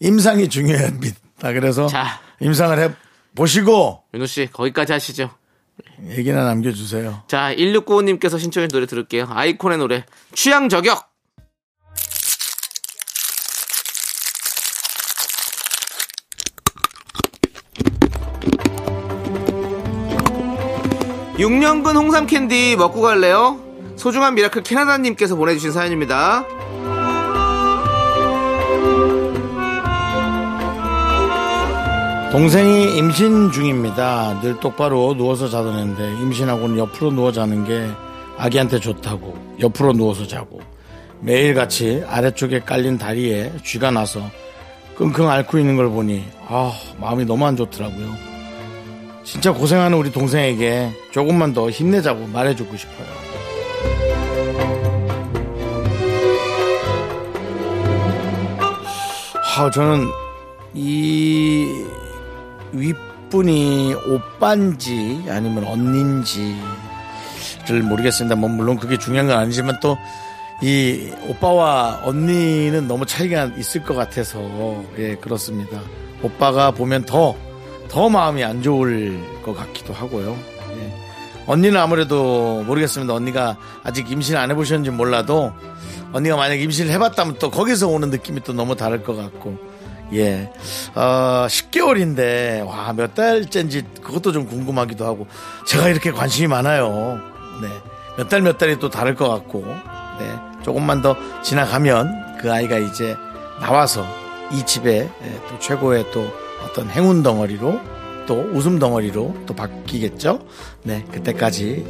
S1: 임상이 중요합니다. 그래서
S2: 자.
S1: 임상을 해 보시고
S2: 윤호 씨 거기까지 하시죠.
S1: 얘기나 남겨주세요.
S2: 자, 1695님께서 신청해 노래 들을게요. 아이콘의 노래 취향 저격. 육년근 홍삼 캔디 먹고 갈래요? 소중한 미라클 캐나다님께서 보내주신 사연입니다.
S1: 동생이 임신 중입니다. 늘 똑바로 누워서 자던 애인데 임신하고는 옆으로 누워 자는 게 아기한테 좋다고 옆으로 누워서 자고 매일같이 아래쪽에 깔린 다리에 쥐가 나서 끙끙 앓고 있는 걸 보니 아 마음이 너무 안 좋더라고요. 진짜 고생하는 우리 동생에게 조금만 더 힘내자고 말해주고 싶어요. 아 저는 이 윗분이 오빠인지 아니면 언니인지를 모르겠습니다. 뭐 물론 그게 중요한 건 아니지만 또 이 오빠와 언니는 너무 차이가 있을 것 같아서 예 그렇습니다. 오빠가 보면 더 더 마음이 안 좋을 것 같기도 하고요. 예. 언니는 아무래도 모르겠습니다. 언니가 아직 임신 안 해보셨는지 몰라도 언니가 만약 임신을 해봤다면 또 거기서 오는 느낌이 또 너무 다를 것 같고 예, 어, 10개월인데 와 몇 달째인지 그것도 좀 궁금하기도 하고 제가 이렇게 관심이 많아요. 네, 몇 달 몇 달이 또 다를 것 같고 네, 조금만 더 지나가면 그 아이가 이제 나와서 이 집에 예, 또 최고의 또 어떤 행운 덩어리로 또 웃음 덩어리로 또 바뀌겠죠. 네, 그때까지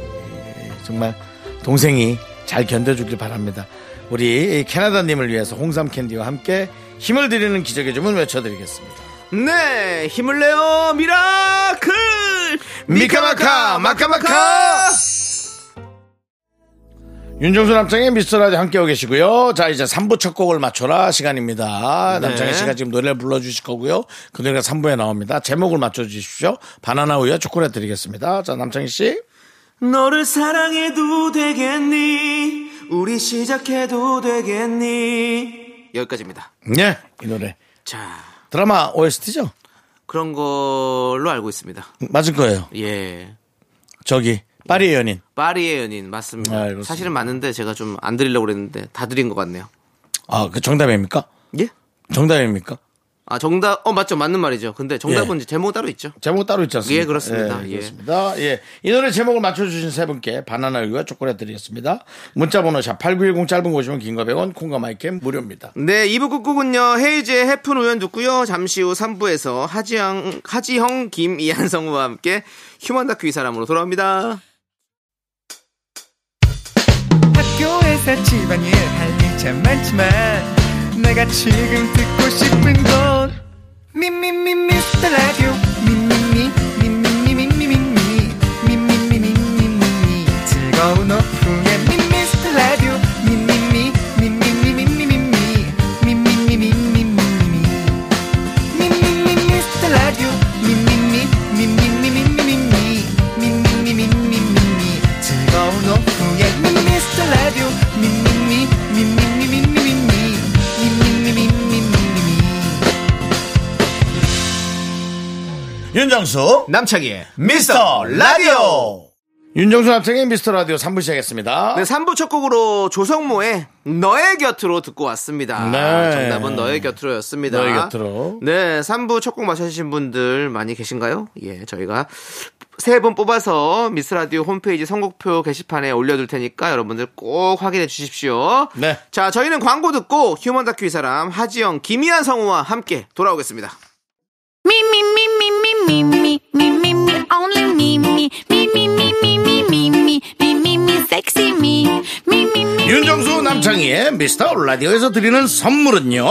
S1: 정말 동생이 잘 견뎌주길 바랍니다. 우리 이 캐나다님을 위해서 홍삼 캔디와 함께 힘을 드리는 기적의 주문 외쳐드리겠습니다.
S2: 네, 힘을 내요 미라클
S1: 미카마카 마카마카 윤정수 남창의 미스터라디 함께하고 계시고요. 자 이제 3부 첫 곡을 맞춰라 시간입니다.
S2: 네.
S1: 남창희 씨가 지금 노래를 불러주실 거고요. 그 노래가 3부에 나옵니다. 제목을 맞춰주십시오. 바나나 우유와 초콜릿 드리겠습니다. 자 남창희 씨.
S2: 너를 사랑해도 되겠니? 우리 시작해도 되겠니? 여기까지입니다.
S1: 네. 이 노래.
S2: 자,
S1: 드라마 OST죠?
S2: 그런 걸로 알고 있습니다.
S1: 맞을 거예요.
S2: 예.
S1: 저기 파리의 연인.
S2: 파리의 연인 맞습니다.
S1: 아, 그렇습니다.
S2: 사실은 맞는데 제가 좀 안 드리려고 그랬는데 다 드린 것 같네요.
S1: 아, 그 정답입니까?
S2: 예?
S1: 정답입니까?
S2: 아, 정답. 어, 맞죠. 맞는 말이죠. 근데 정답은 이제 제목 따로 있죠.
S1: 제목 따로 있지 않습니까?
S2: 예, 그렇습니다. 예.
S1: 그렇습니다. 예. 이 노래 제목을 맞춰주신 세 분께 바나나 우유와 초콜릿 드리겠습니다. 문자번호 샵8910 짧은 거 50원, 긴거 100원, 콩과 마이캠 무료입니다.
S2: 네, 2부 끝곡은요. 헤이즈의 해픈 우연 듣고요. 잠시 후 3부에서 하지영, 하지형, 김이한 성우와 함께 휴먼 다큐 이 사람으로 돌아옵니다.
S4: 학교에서 집안일 할 일 참 많지만 내가 지금 듣고 싶은 건 미미미 미스터 라디오 미미미 미미미 미미미 미미미 미미미 즐거운 오후에 미스터 라디오 미미미 미미미 미미미 미미미 미미미 미미미 미스터 라디오 미미미 미미미 미미미 미미미 미미미 즐거운 오후에 미스터 라디오 미미미 미미미 미미미 미미미 미미미
S1: 윤정수,
S2: 남창희의
S1: 미스터 라디오! 윤정수 합창의 미스터 라디오 3부 시작했습니다.
S2: 네, 3부 첫 곡으로 조성모의 너의 곁으로 듣고 왔습니다.
S1: 네.
S2: 정답은 너의 곁으로였습니다.
S1: 너의 곁으로.
S2: 네, 3부 첫 곡 맞춰주신 분들 많이 계신가요? 예, 저희가 세 분 뽑아서 미스라디오 홈페이지 선곡표 게시판에 올려둘 테니까 여러분들 꼭 확인해 주십시오.
S1: 네.
S2: 자, 저희는 광고 듣고 휴먼 다큐 이 사람 하지영, 김희한 성우와 함께 돌아오겠습니다.
S3: Me, me, me, me, me, me, me, me, me, me, only me, me, me, me, me, me, me, me, me, me, me, me, sexy me. Me, me, me.
S1: 윤정수 남창희의 미스터 라디오에서 드리는 선물은요.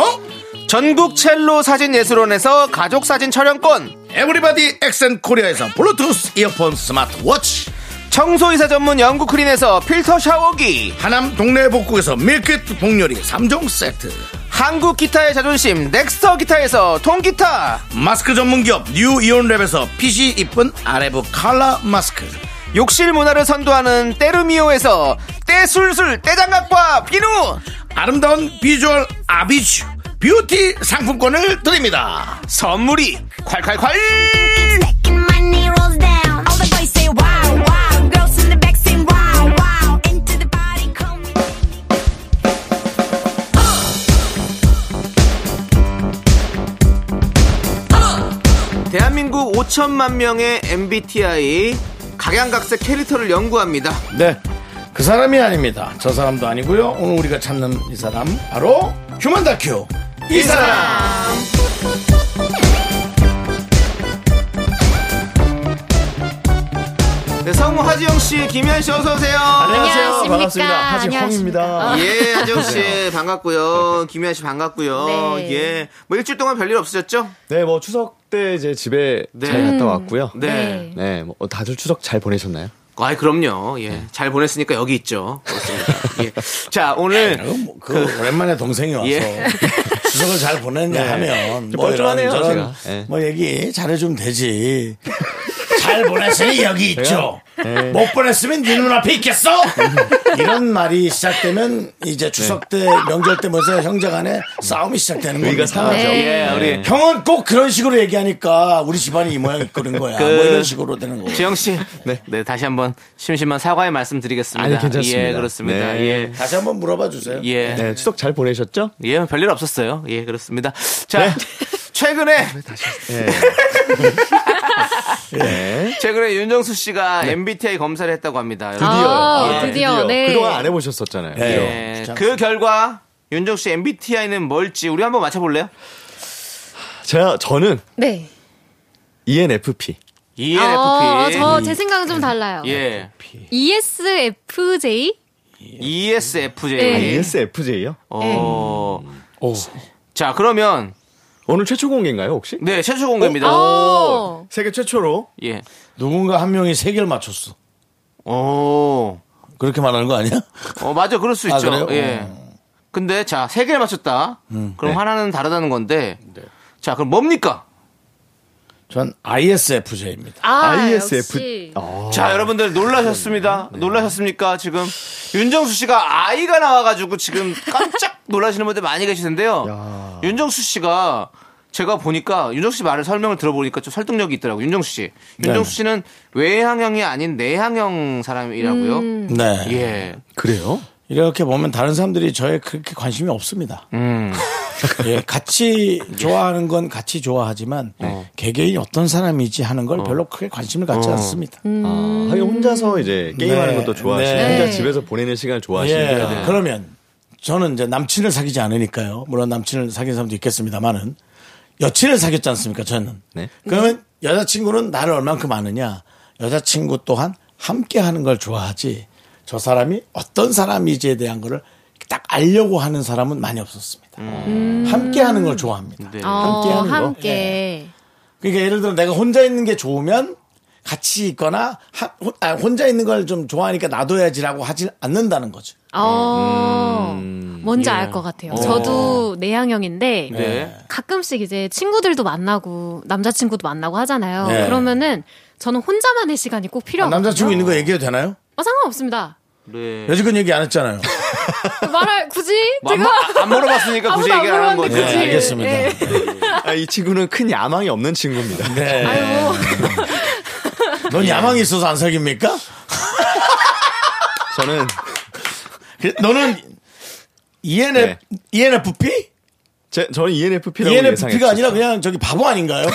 S2: 전국 첼로 사진 예술원에서 가족 사진 촬영권.
S1: 에브리바디 엑센 코리아에서 블루투스 이어폰 스마트워치.
S2: 청소이사 전문 영국 크린에서 필터 샤워기.
S1: 하남 동네 복국에서 밀키트 복요리 3종 세트.
S2: 한국 기타의 자존심 넥스터 기타에서 통기타.
S1: 마스크 전문기업 뉴 이온랩에서 핏이 이쁜 아레브 칼라 마스크.
S2: 욕실 문화를 선도하는 때르미오에서 때술술 때장갑과 비누.
S1: 아름다운 비주얼 아비쥬 뷰티 상품권을 드립니다.
S2: 선물이 콸콸콸!
S3: Second money rolls down. All the boys say wow, wow. Girls in the back say wow, wow. Into the body, call me.
S2: 대한민국 5천만 명의 MBTI 각양각색 캐릭터를 연구합니다.
S1: 네. 그 사람이 아닙니다. 저 사람도 아니고요. 오늘 우리가 찾는 이 사람 바로 휴먼 다큐 이 사람.
S2: 네, 성우 하지영 씨, 김현 씨 어서 오세요.
S1: 안녕하세요.
S5: 안녕하십니까.
S1: 반갑습니다. 하지홍입니다.
S5: 안녕하십니까.
S2: 예, 하지영 씨 반갑고요. 김현 씨 반갑고요.
S5: 네.
S2: 예. 뭐 일주일 동안 별일 없으셨죠?
S1: 예.
S6: 네, 뭐 추석 때 이제 집에
S2: 네.
S6: 잘 갔다 왔고요.
S2: 네.
S5: 네.
S6: 네, 뭐 다들 추석 잘 보내셨나요?
S2: 아이 그럼요. 예.
S6: 네.
S2: 잘 보냈으니까 여기 있죠. 그렇습니다. 예. 자, 오늘
S1: 그거 뭐- 그거 오랜만에 동생이 와서
S2: 예. 네.
S1: 추석을 잘 보냈냐 하면 뭐
S6: 뻘쭘하네요,
S1: 이런저런
S6: 제가. 예.
S1: 뭐 얘기 잘해주면 되지. 잘 보냈으니 여기 있죠. 못 보냈으면 네 눈앞에 있겠어. 이런 말이 시작되면 이제 추석
S2: 네.
S1: 때 명절 때 뭐서 형제간에 싸움이 시작되는 겁니다. 네.
S6: 상하죠.
S2: 예, 우리
S1: 형은 꼭 그런 식으로 얘기하니까 우리 집안이 이 모양이 그런 거야.
S2: 그-
S1: 뭐 이런 식으로 되는 거고.
S2: 지영 씨. 네. 다시 한번 심심한 사과의 말씀 드리겠습니다.
S6: 아니, 괜찮습니다.
S2: 예, 그렇습니다.
S6: 네.
S2: 예.
S1: 다시 한번 물어봐 주세요.
S2: 예.
S6: 네, 추석 잘 보내셨죠?
S2: 예, 별일 없었어요. 예, 그렇습니다. 자, 최근에
S6: 네.
S2: 네. 최근에 윤정수 씨가
S6: 네.
S2: MBTI 검사를 했다고 합니다.
S6: 드디어.
S5: 아, 드디어, 네.
S6: 그동안 안 해보셨었잖아요.
S1: 네.
S2: 예, 그 결과 윤정수 씨 MBTI는 뭘지 우리 한번 맞춰볼래요?
S5: 아,
S6: 제가, 저는 E
S5: 네.
S6: ENFP.
S2: ENFP.
S5: 어, 저 제 생각은 좀 달라요.
S6: E
S5: E
S2: 예.
S5: ESFJ?
S2: E ESFJ.
S6: 아, E
S5: 네.
S6: ESFJ요?
S2: 어. 자, 그러면
S6: 오늘 최초 공개인가요, 혹시?
S2: 네, 최초 공개입니다.
S1: 아.
S5: 어.
S6: 세계 최초로.
S2: 예.
S1: 누군가 한 명이 세 개를 맞췄어.
S2: 오.
S1: 그렇게 말하는 거 아니야?
S2: 어, 맞아. 그럴 수
S1: 아,
S2: 있죠.
S1: 그래요? 음.
S2: 예. 근데 자, 세 개를 맞췄다.
S1: 네.
S2: 그럼 하나는 다르다는 건데. 자, 그럼 뭡니까?
S1: 전 ISFJ입니다.
S5: 아,
S6: ISFJ.
S5: 역시.
S2: 자, 여러분들 놀라셨습니다. 놀라셨습니까? 지금 윤정수 씨가 아이가 나와가지고 지금 깜짝 놀라시는 분들 많이 계시는데요. 윤정수 씨가 제가 보니까 윤정수 씨 말을 설명을 들어보니까 좀 설득력이 있더라고요. 윤정수 씨. 윤정수 씨는 외향형이 아닌 내향형 사람이라고요.
S5: 음.
S1: 네.
S2: 예.
S6: 그래요?
S1: 이렇게 보면 다른 사람들이 저에 그렇게 관심이 없습니다.
S5: 음.
S1: 예, 같이 좋아하는 건 같이 좋아하지만
S5: 네.
S1: 개개인이 어떤 사람이지 하는 걸 별로 크게 관심을 갖지
S5: 어.
S1: 않습니다.
S6: 아, 하긴 혼자서 이제 게임하는
S1: 네.
S6: 것도 좋아하시고,
S1: 네.
S6: 혼자
S5: 네.
S6: 집에서 보내는 시간을 좋아하시니까.
S1: 예, 그러면 저는 이제 남친을 사귀지 않으니까요. 물론 남친을 사귄 사람도 있겠습니다만은 여친을 사귀었지 않습니까? 저는.
S6: 네.
S1: 그러면 여자친구는 나를 얼만큼 아느냐? 여자친구 또한 함께 하는 걸 좋아하지. 저 사람이 어떤 사람이지에 대한 거를 딱 알려고 하는 사람은 많이 없었습니다.
S6: 음.
S1: 함께 하는 걸 좋아합니다.
S2: 네.
S5: 함께.
S1: 어, 함께하는 거. 네.
S5: 함께.
S1: 그러니까 예를 들어 내가 혼자 있는 게 좋으면 같이 있거나 하- 혼- 아, 혼자 있는 걸 좀 좋아하니까 놔둬야지라고 하지 않는다는 거죠.
S5: 어, 뭔지 알 것 같아요. 저도 내향형인데
S2: 네.
S5: 가끔씩 이제 친구들도 만나고 남자친구도 만나고 하잖아요.
S1: 네.
S5: 그러면은 저는 혼자만의 시간이 꼭
S1: 아,
S5: 필요하고
S1: 남자친구 있는 거 얘기해도 되나요?
S5: 어, 상관없습니다.
S2: 네.
S1: 여지껏 얘기 안 했잖아요.
S5: 말할 굳이
S2: 뭐 안,
S5: 제가
S2: 안 물어봤으니까 굳이
S5: 아무도 안
S2: 얘기 안 하는 거죠.
S5: 물어봤는데
S1: 네,
S5: 그치.
S1: 알겠습니다. 예.
S5: 네.
S6: 아, 이 친구는 큰 야망이 없는 친구입니다.
S1: 네.
S5: 아이고.
S1: 넌 야망이 있어서 안 사깁니까?
S6: 저는
S1: 그- 너는 E ENF,
S6: 네.
S1: ENFP?
S6: 제, 저는 E
S1: E
S6: ENFP라고
S1: ENFP가 아니라 그냥 저기 바보 아닌가요?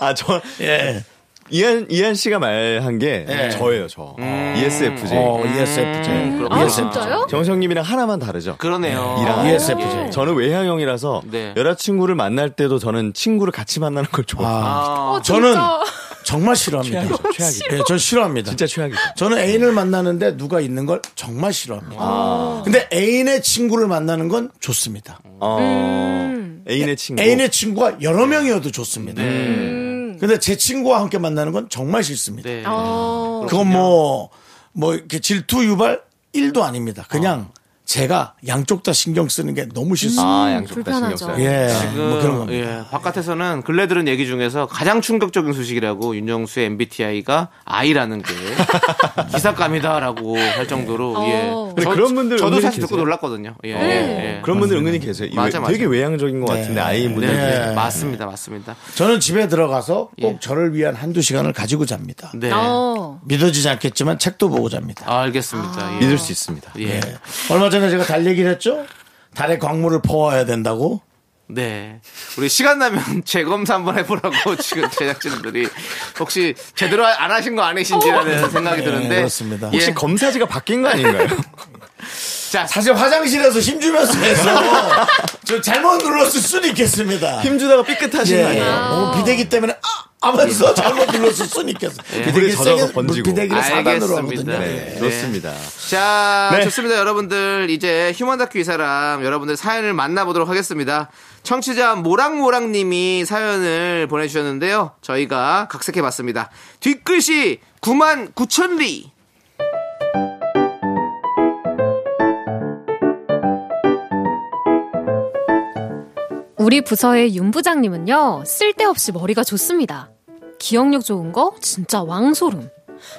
S6: 아, 저
S1: 예.
S6: 이한 이한 씨가 말한 게
S1: 예.
S6: 저예요, E 저. ESFJ.
S1: 어, ESFJ.
S5: 아 진짜요?
S6: 정성님이랑 하나만 다르죠.
S2: 그러네요.
S6: 이랑
S1: E ESFJ.
S6: 저는 외향형이라서
S2: 네.
S6: 여자친구를 만날 때도 저는 친구를 같이 만나는 걸 좋아해요.
S1: 아,
S2: 아,
S5: 어,
S1: 저는
S5: 진짜.
S1: 정말 싫어합니다.
S6: 최악이죠, 최악이죠.
S1: 예, 전 싫어합니다.
S6: 진짜 최악이죠.
S1: 저는 애인을 만나는데 누가 있는 걸 정말 싫어합니다. 근데 애인의 친구를 만나는 건 좋습니다.
S6: 어,
S4: 네.
S6: 애인의 친구.
S1: 애인의 친구가 여러 명이어도 좋습니다. 음. 근데 제 친구와 함께 만나는 건 정말 싫습니다.
S2: 네.
S5: 어.
S1: 그건 뭐, 뭐, 이렇게 질투 유발 1도 아닙니다. 그냥 제가 양쪽 다 신경 쓰는 게 너무
S5: 음.
S1: 싫습니다.
S6: 아, 양쪽 다 신경
S5: 불편하죠.
S6: 써요.
S1: 예,
S2: 지금,
S1: 뭐 그런 겁니다.
S2: 예, 바깥에서는 근래 들은 얘기 중에서 가장 충격적인 소식이라고 윤정수의 MBTI가 I라는 게 기사감이다라고 할 정도로
S5: 어.
S2: 예.
S6: 근데 그런 분들
S2: 저도
S6: 은근히
S2: 사실 듣고
S6: 계세요? 어.
S2: 놀랐거든요. 예. 예.
S6: 그런
S1: 네.
S6: 분들 은근히 계세요. 이
S2: 맞아,
S6: 외-
S2: 맞아.
S6: 되게 외향적인 것 같은데 아이인 분들.
S2: 네,
S1: 예.
S2: 맞습니다, 맞습니다.
S1: 저는 집에 들어가서 꼭
S2: 예.
S1: 저를 위한 한두 시간을 가지고 잡니다.
S2: 네,
S5: 어.
S1: 믿어지지 않겠지만 책도 보고 잡니다.
S2: 알겠습니다. 예.
S6: 믿을 수 있습니다.
S2: 예.
S1: 예. 얼마 전에 제가 달 얘기를 했죠? 달에 광물을 퍼와야 된다고?
S2: 네. 우리 시간 나면 재검사 한번 해보라고 지금 제작진들이 혹시 제대로 안 하신 거 아니신지라는 생각이 드는데.
S1: 그렇습니다.
S2: 예.
S6: 어. 네, 혹시 검사지가 바뀐 거 아닌가요?
S2: 자,
S1: 사실 화장실에서 힘주면서 해서 저 잘못 눌렀을 수는 있겠습니다.
S6: 힘주다가 삐끗하신
S1: 예.
S6: 거 아니에요? 예.
S1: 너무 비대기 때문에 아! 하면서 잘못 눌렀을 수는 있겠어요.
S6: 물에
S1: 비대기
S6: 젖어서
S1: 세게,
S6: 번지고.
S1: 비대기를 사단으로 하거든요.
S2: 알겠습니다.
S1: 예.
S6: 네,
S2: 네.
S6: 좋습니다.
S2: 자,
S6: 네.
S2: 좋습니다. 여러분들, 이제 휴먼 다큐 이 사람, 여러분들 사연을 만나보도록 하겠습니다. 청취자 모랑모랑 님이 사연을 보내주셨는데요. 저희가 각색해 봤습니다. 뒷글씨 9만 9천 리.
S5: 우리 부서의 윤 부장님은요, 쓸데없이 머리가 좋습니다. 기억력 좋은 거 진짜 왕소름.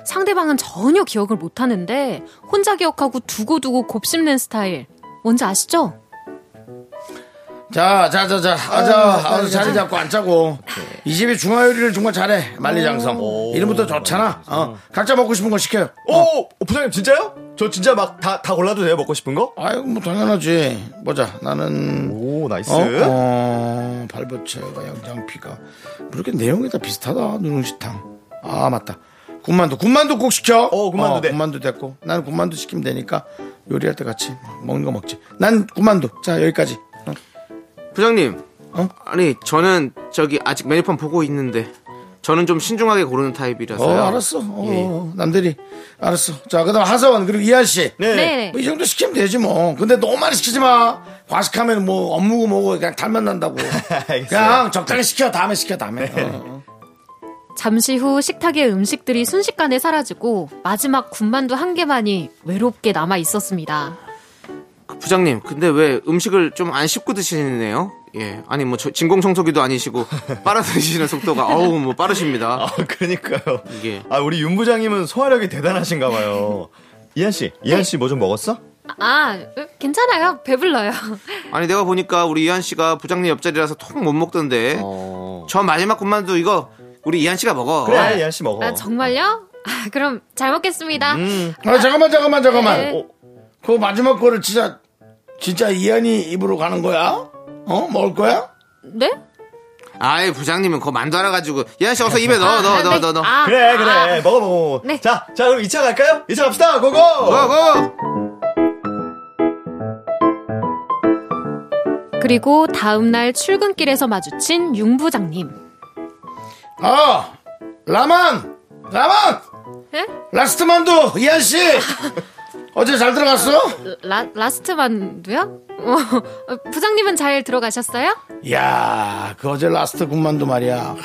S5: 상대방은 전혀 기억을 못하는데, 혼자 기억하고 두고두고 곱씹는 스타일. 뭔지 아시죠?
S1: 자, 자, 자, 자, 아, 자, 아, 자리 잡고 앉자고. 이 집이 중화요리를 정말 잘해. 만리장성. 이름부터 좋잖아. 어, 각자 먹고 싶은 거 시켜요. 어.
S6: 오, 오, 부장님 진짜요? 저 진짜 막 다 다 골라도 돼요 먹고 싶은 거?
S1: 아이고, 뭐, 당연하지. 보자. 나는,
S6: 오, 나이스.
S1: 어, 어, 발버채가 양장피가. 그렇게 내용이 다 비슷하다. 누룽지탕. 아, 맞다. 군만두. 군만두 꼭 시켜.
S6: 어, 군만두 네.
S1: 군만두 됐고. 나는 군만두 시키면 되니까 요리할 때 같이 먹는 거 먹지. 난 군만두. 자, 여기까지. 어.
S2: 부장님.
S1: 어?
S2: 아니, 저는 저기 아직 메뉴판 보고 있는데, 저는 좀 신중하게 고르는 타입이라서요.
S1: 어, 알았어. 어,
S6: 예,
S1: 어, 남들이. 알았어. 자, 그 다음 하서원, 그리고 이한 씨.
S6: 네.
S5: 네.
S1: 뭐이 정도 시키면 되지 뭐. 근데 너무 많이 시키지 마. 과식하면 뭐 업무고 뭐고 그냥 탈만 난다고.
S6: 알겠어요.
S1: 그냥 적당히 시켜. 다음에 시켜. 다음에. 어.
S5: 잠시 후 식탁의 음식들이 순식간에 사라지고, 마지막 군만두 한 개만이 외롭게 남아 있었습니다.
S2: 그 부장님, 근데 왜 음식을 좀 안 씹고 드시네요? 예. 아니, 뭐, 저- 진공청소기도 아니시고, 빨아 드시는 속도가, 어우, 뭐, 빠르십니다.
S6: 아, 그러니까요.
S2: 이게.
S6: 아, 우리 윤 부장님은 소화력이 대단하신가 봐요. 이한 씨, 이한
S5: 네.
S6: 씨 뭐 좀 먹었어?
S5: 아, 괜찮아요. 배불러요.
S2: 아니 내가 보니까 우리 이한 씨가 부장님 옆자리라서 통 못 먹던데 저 마지막 군만두 이거 우리 이한 씨가 먹어
S6: 어. 그래, 이한 씨 먹어.
S5: 아, 정말요? 아, 그럼 잘 먹겠습니다.
S1: 아, 잠깐만, 잠깐만, 잠깐만.
S5: 네.
S1: 어, 그 마지막 거를 진짜, 진짜 이한이 입으로 가는 거야? 어? 먹을 거야?
S5: 네?
S2: 아이 부장님은 그거 만두 하나 가지고 이한 씨 어서 입에 넣어 넣어 넣어 넣어 넣어
S5: 아,
S6: 그래, 그래. 먹어, 먹어, 먹어.
S5: 네.
S6: 자, 자, 그럼 2차 갈까요? 2차 갑시다. 고고!
S1: 뭐,
S2: 먹어, 먹어.
S5: 그리고 다음날 출근길에서 마주친 윤 부장님.
S1: 어! 라만! 라만!
S5: 예?
S1: 라스트 만두! 이한 씨! 어제 잘 들어갔어?
S5: 라, 라스트 만두요? 어, 부장님은 잘 들어가셨어요?
S1: 야, 그 어제 라스트 군만두 말이야.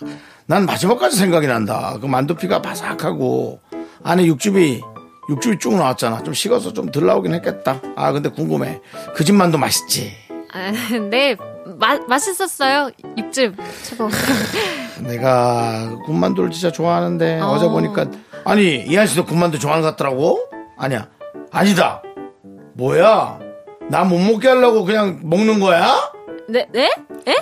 S1: 크으, 난 마지막까지 생각이 난다. 그 만두피가 바삭하고 안에 육즙이 육즙이 쭉 나왔잖아. 좀 식어서 좀 덜 나오긴 했겠다. 아, 근데 궁금해. 그 집 만두 맛있지?
S5: 아, 네, 마, 맛있었어요. 육즙 최고.
S1: 내가 군만두를 진짜 좋아하는데 어. 제 보니까 아니 이한 씨도 군만두 좋아하는 것 같더라고. 아니야, 아니다. 뭐야? 나 못 먹게 하려고 그냥 먹는 거야?
S5: 네, 네? 에?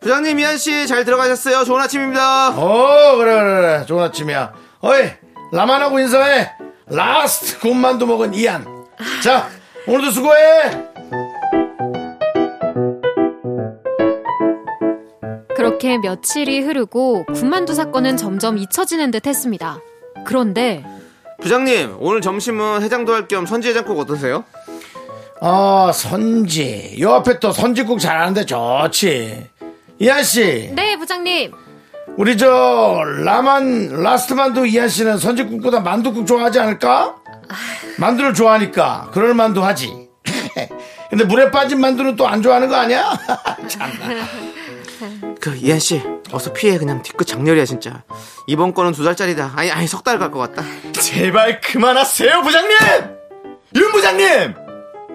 S2: 부장님 이한 씨 잘 들어가셨어요 좋은 아침입니다
S1: 어 그래 그래 그래 좋은 아침이야 어이 라만하고 인사해 라스트 군만두 먹은 이안 자 오늘도 수고해
S5: 그렇게 며칠이 흐르고 군만두 사건은 점점 잊혀지는 듯 했습니다. 그런데
S2: 부장님 오늘 점심은 해장도 할 겸 선지 해장국 어떠세요?
S1: 어 선지 요 앞에 또 선지국 잘하는데 좋지 이한씨
S5: 네, 부장님.
S1: 우리 저 라만 라스트만두 이한 씨는 선지국보다 만두국 좋아하지 않을까? 만두를 좋아하니까 그럴 만두 하지. 근데 물에 빠진 만두는 또 안 좋아하는 거 아니야?
S2: 그 이한 씨 어서 피해 그냥 뒤끝 장렬이야 진짜 이번 거는 두 달짜리다 아니 아니 석 달 갈 것 같다
S6: 제발 그만하세요, 부장님! 윤 부장님!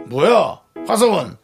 S1: 뭐야? 화성은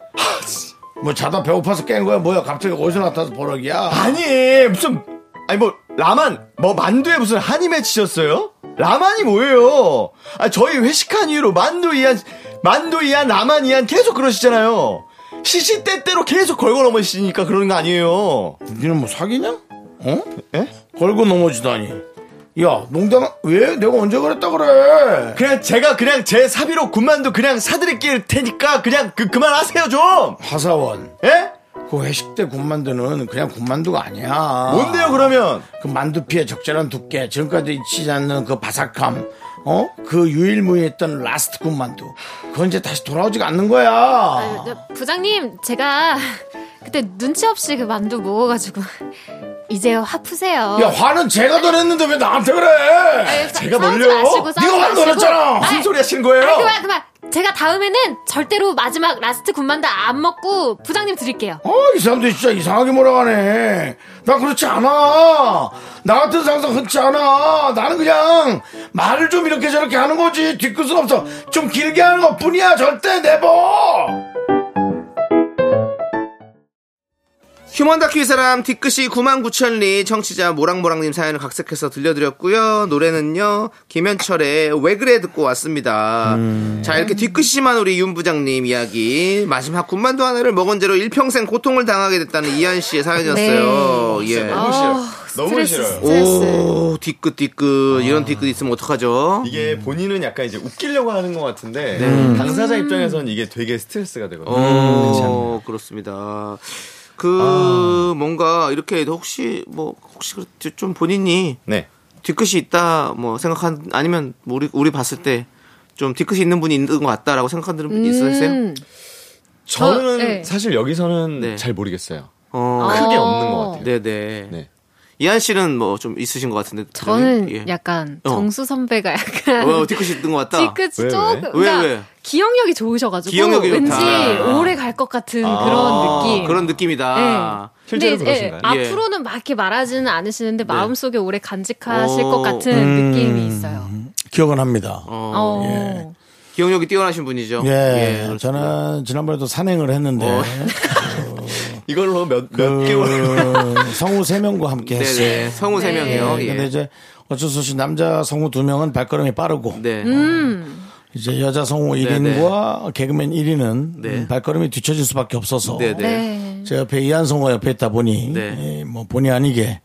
S1: 뭐 자다 배고파서 깬 거야? 뭐야? 갑자기 어디서 나타나서 버럭이야?
S6: 아니, 무슨, 아니 뭐, 라만, 뭐 만두에 무슨 한이 맺히셨어요? 라만이 뭐예요? 아, 저희 회식한 이후로 만두 이한, 만두 이한, 라만 이한 계속 그러시잖아요. 시시때때로 계속 걸고 넘어지시니까 그러는 거 아니에요.
S1: 니는 뭐 사귀냐? 어?
S6: 예?
S1: 걸고 넘어지다니. 야, 농담 왜? 내가 언제 그랬다 그래?
S6: 그냥 제가 그냥 제 사비로 군만두 그냥 사드릴 테니까 그냥 그, 그만하세요 좀!
S1: 화사원.
S6: 예?
S1: 그 회식 때 군만두는 그냥 군만두가 아니야.
S6: 뭔데요 그러면?
S1: 그 만두피의 적절한 두께, 지금까지 잊히지 않는 그 바삭함, 어? 그 유일무이했던 라스트 군만두. 그건 이제 다시 돌아오지가 않는 거야.
S5: 네, 부장님, 제가 그때 눈치 없이 그 만두 먹어가지고 이제 화 푸세요.
S6: 어.
S1: 야, 화는 제가 더 냈는데 왜 나한테 그래?
S5: 아유, 싸-
S6: 제가
S5: 싸우지
S6: 뭘요?
S5: 마시고, 싸우지
S1: 네가 화를
S5: 마시고.
S1: 냈잖아.
S6: 예, 무슨
S5: 아이,
S6: 소리 하시는 거예요?
S5: 아이, 그만 그만. 제가 다음에는 절대로 마지막 라스트 군만두 안 먹고 부장님 드릴게요.
S1: 어, 이 사람들 진짜 이상하게 몰아가네. 나 그렇지 않아. 나 같은 상상 흔치 않아. 나는 그냥 말을 좀 이렇게 저렇게 하는 거지. 뒤끝은 없어. 좀 길게 하는 것 뿐이야. 절대 내버.
S2: 휴먼 다큐 이 사람 뒤끝이 9만 9천 리 청취자 모랑모랑님 사연을 각색해서 들려드렸고요 노래는요 김현철의 왜 그래 듣고 왔습니다 자 이렇게 뒤끝이만 우리 윤 부장님 이야기 마지막 군만두 하나를 먹은 죄로 일평생 고통을 당하게 됐다는 이한 씨의 사연이었어요 예.
S6: 너무 싫어요. 너무
S5: 네. 아, 스트레스,
S6: 싫어요.
S5: 스트레스.
S2: 오 뒤끝 뒤끝 이런 뒤끝 있으면 어떡하죠
S6: 이게 본인은 약간 이제 웃기려고 하는 것 같은데
S1: 음.
S6: 당사자 입장에선 이게 되게 스트레스가 되거든요.
S2: 어, 그렇습니다. 그
S1: 아.
S2: 뭔가 이렇게 혹시 뭐 혹시 그렇지 좀 본인이
S6: 네.
S2: 뒤끝이 있다 뭐 생각한 아니면 뭐 우리 우리 봤을 때 좀 뒤끝이 있는 분이 있는 것 같다라고 생각하는
S5: 음.
S2: 분이 있으세요?
S6: 저는
S5: 네.
S6: 사실 여기서는
S2: 네.
S6: 잘 모르겠어요.
S2: 어,
S6: 크게 없는 것 같아요.
S2: 네네.
S6: 네.
S2: 이한 씨는 뭐 좀 있으신 것 같은데.
S5: 저는
S2: 예.
S5: 약간
S2: 어.
S5: 정수 선배가 약간
S2: 어, 뒤끝이 있는 것 같다.
S5: 뒤끝이
S6: 왜,
S5: 조금
S6: 왜?
S5: 그러니까
S2: 왜, 왜?
S5: 기억력이 좋으셔가지고
S2: 기억력이 좋다.
S5: 왠지
S2: 아.
S5: 오래 갈 것 같은
S2: 아,
S5: 그런 느낌.
S2: 그런 느낌이다.
S5: 네.
S6: 실제로
S5: 근데 이제,
S6: 그러신가요?
S2: 예. 네.
S5: 앞으로는 막 이렇게 말하지는 않으시는데 마음속에 오래 간직하실
S2: 어, 음.
S5: 것 같은
S6: 음.
S5: 느낌이 있어요.
S1: 기억은 합니다.
S5: 어.
S6: 예.
S2: 기억력이 뛰어나신 분이죠.
S1: 예,
S2: 그렇습니다.
S1: 저는 지난번에도 산행을 했는데
S2: 어.
S6: 이걸로 몇, 몇
S1: 그
S6: 개월.
S1: 성우 세 명과 함께
S2: 네네.
S1: 했어요.
S2: 성우 세 명이요.
S1: 예. 네,
S2: 예.
S1: 근데 이제 어쩔 수 없이 남자 성우 두 명은 발걸음이 빠르고
S2: 네.
S1: 이제 여자 성우 1인과 개그맨 1인은
S2: 네.
S1: 발걸음이 뒤처질 수밖에 없어서
S2: 네네.
S5: 네.
S1: 제 옆에 이한 성우가 옆에 있다 보니
S2: 네.
S1: 예, 뭐 본의 아니게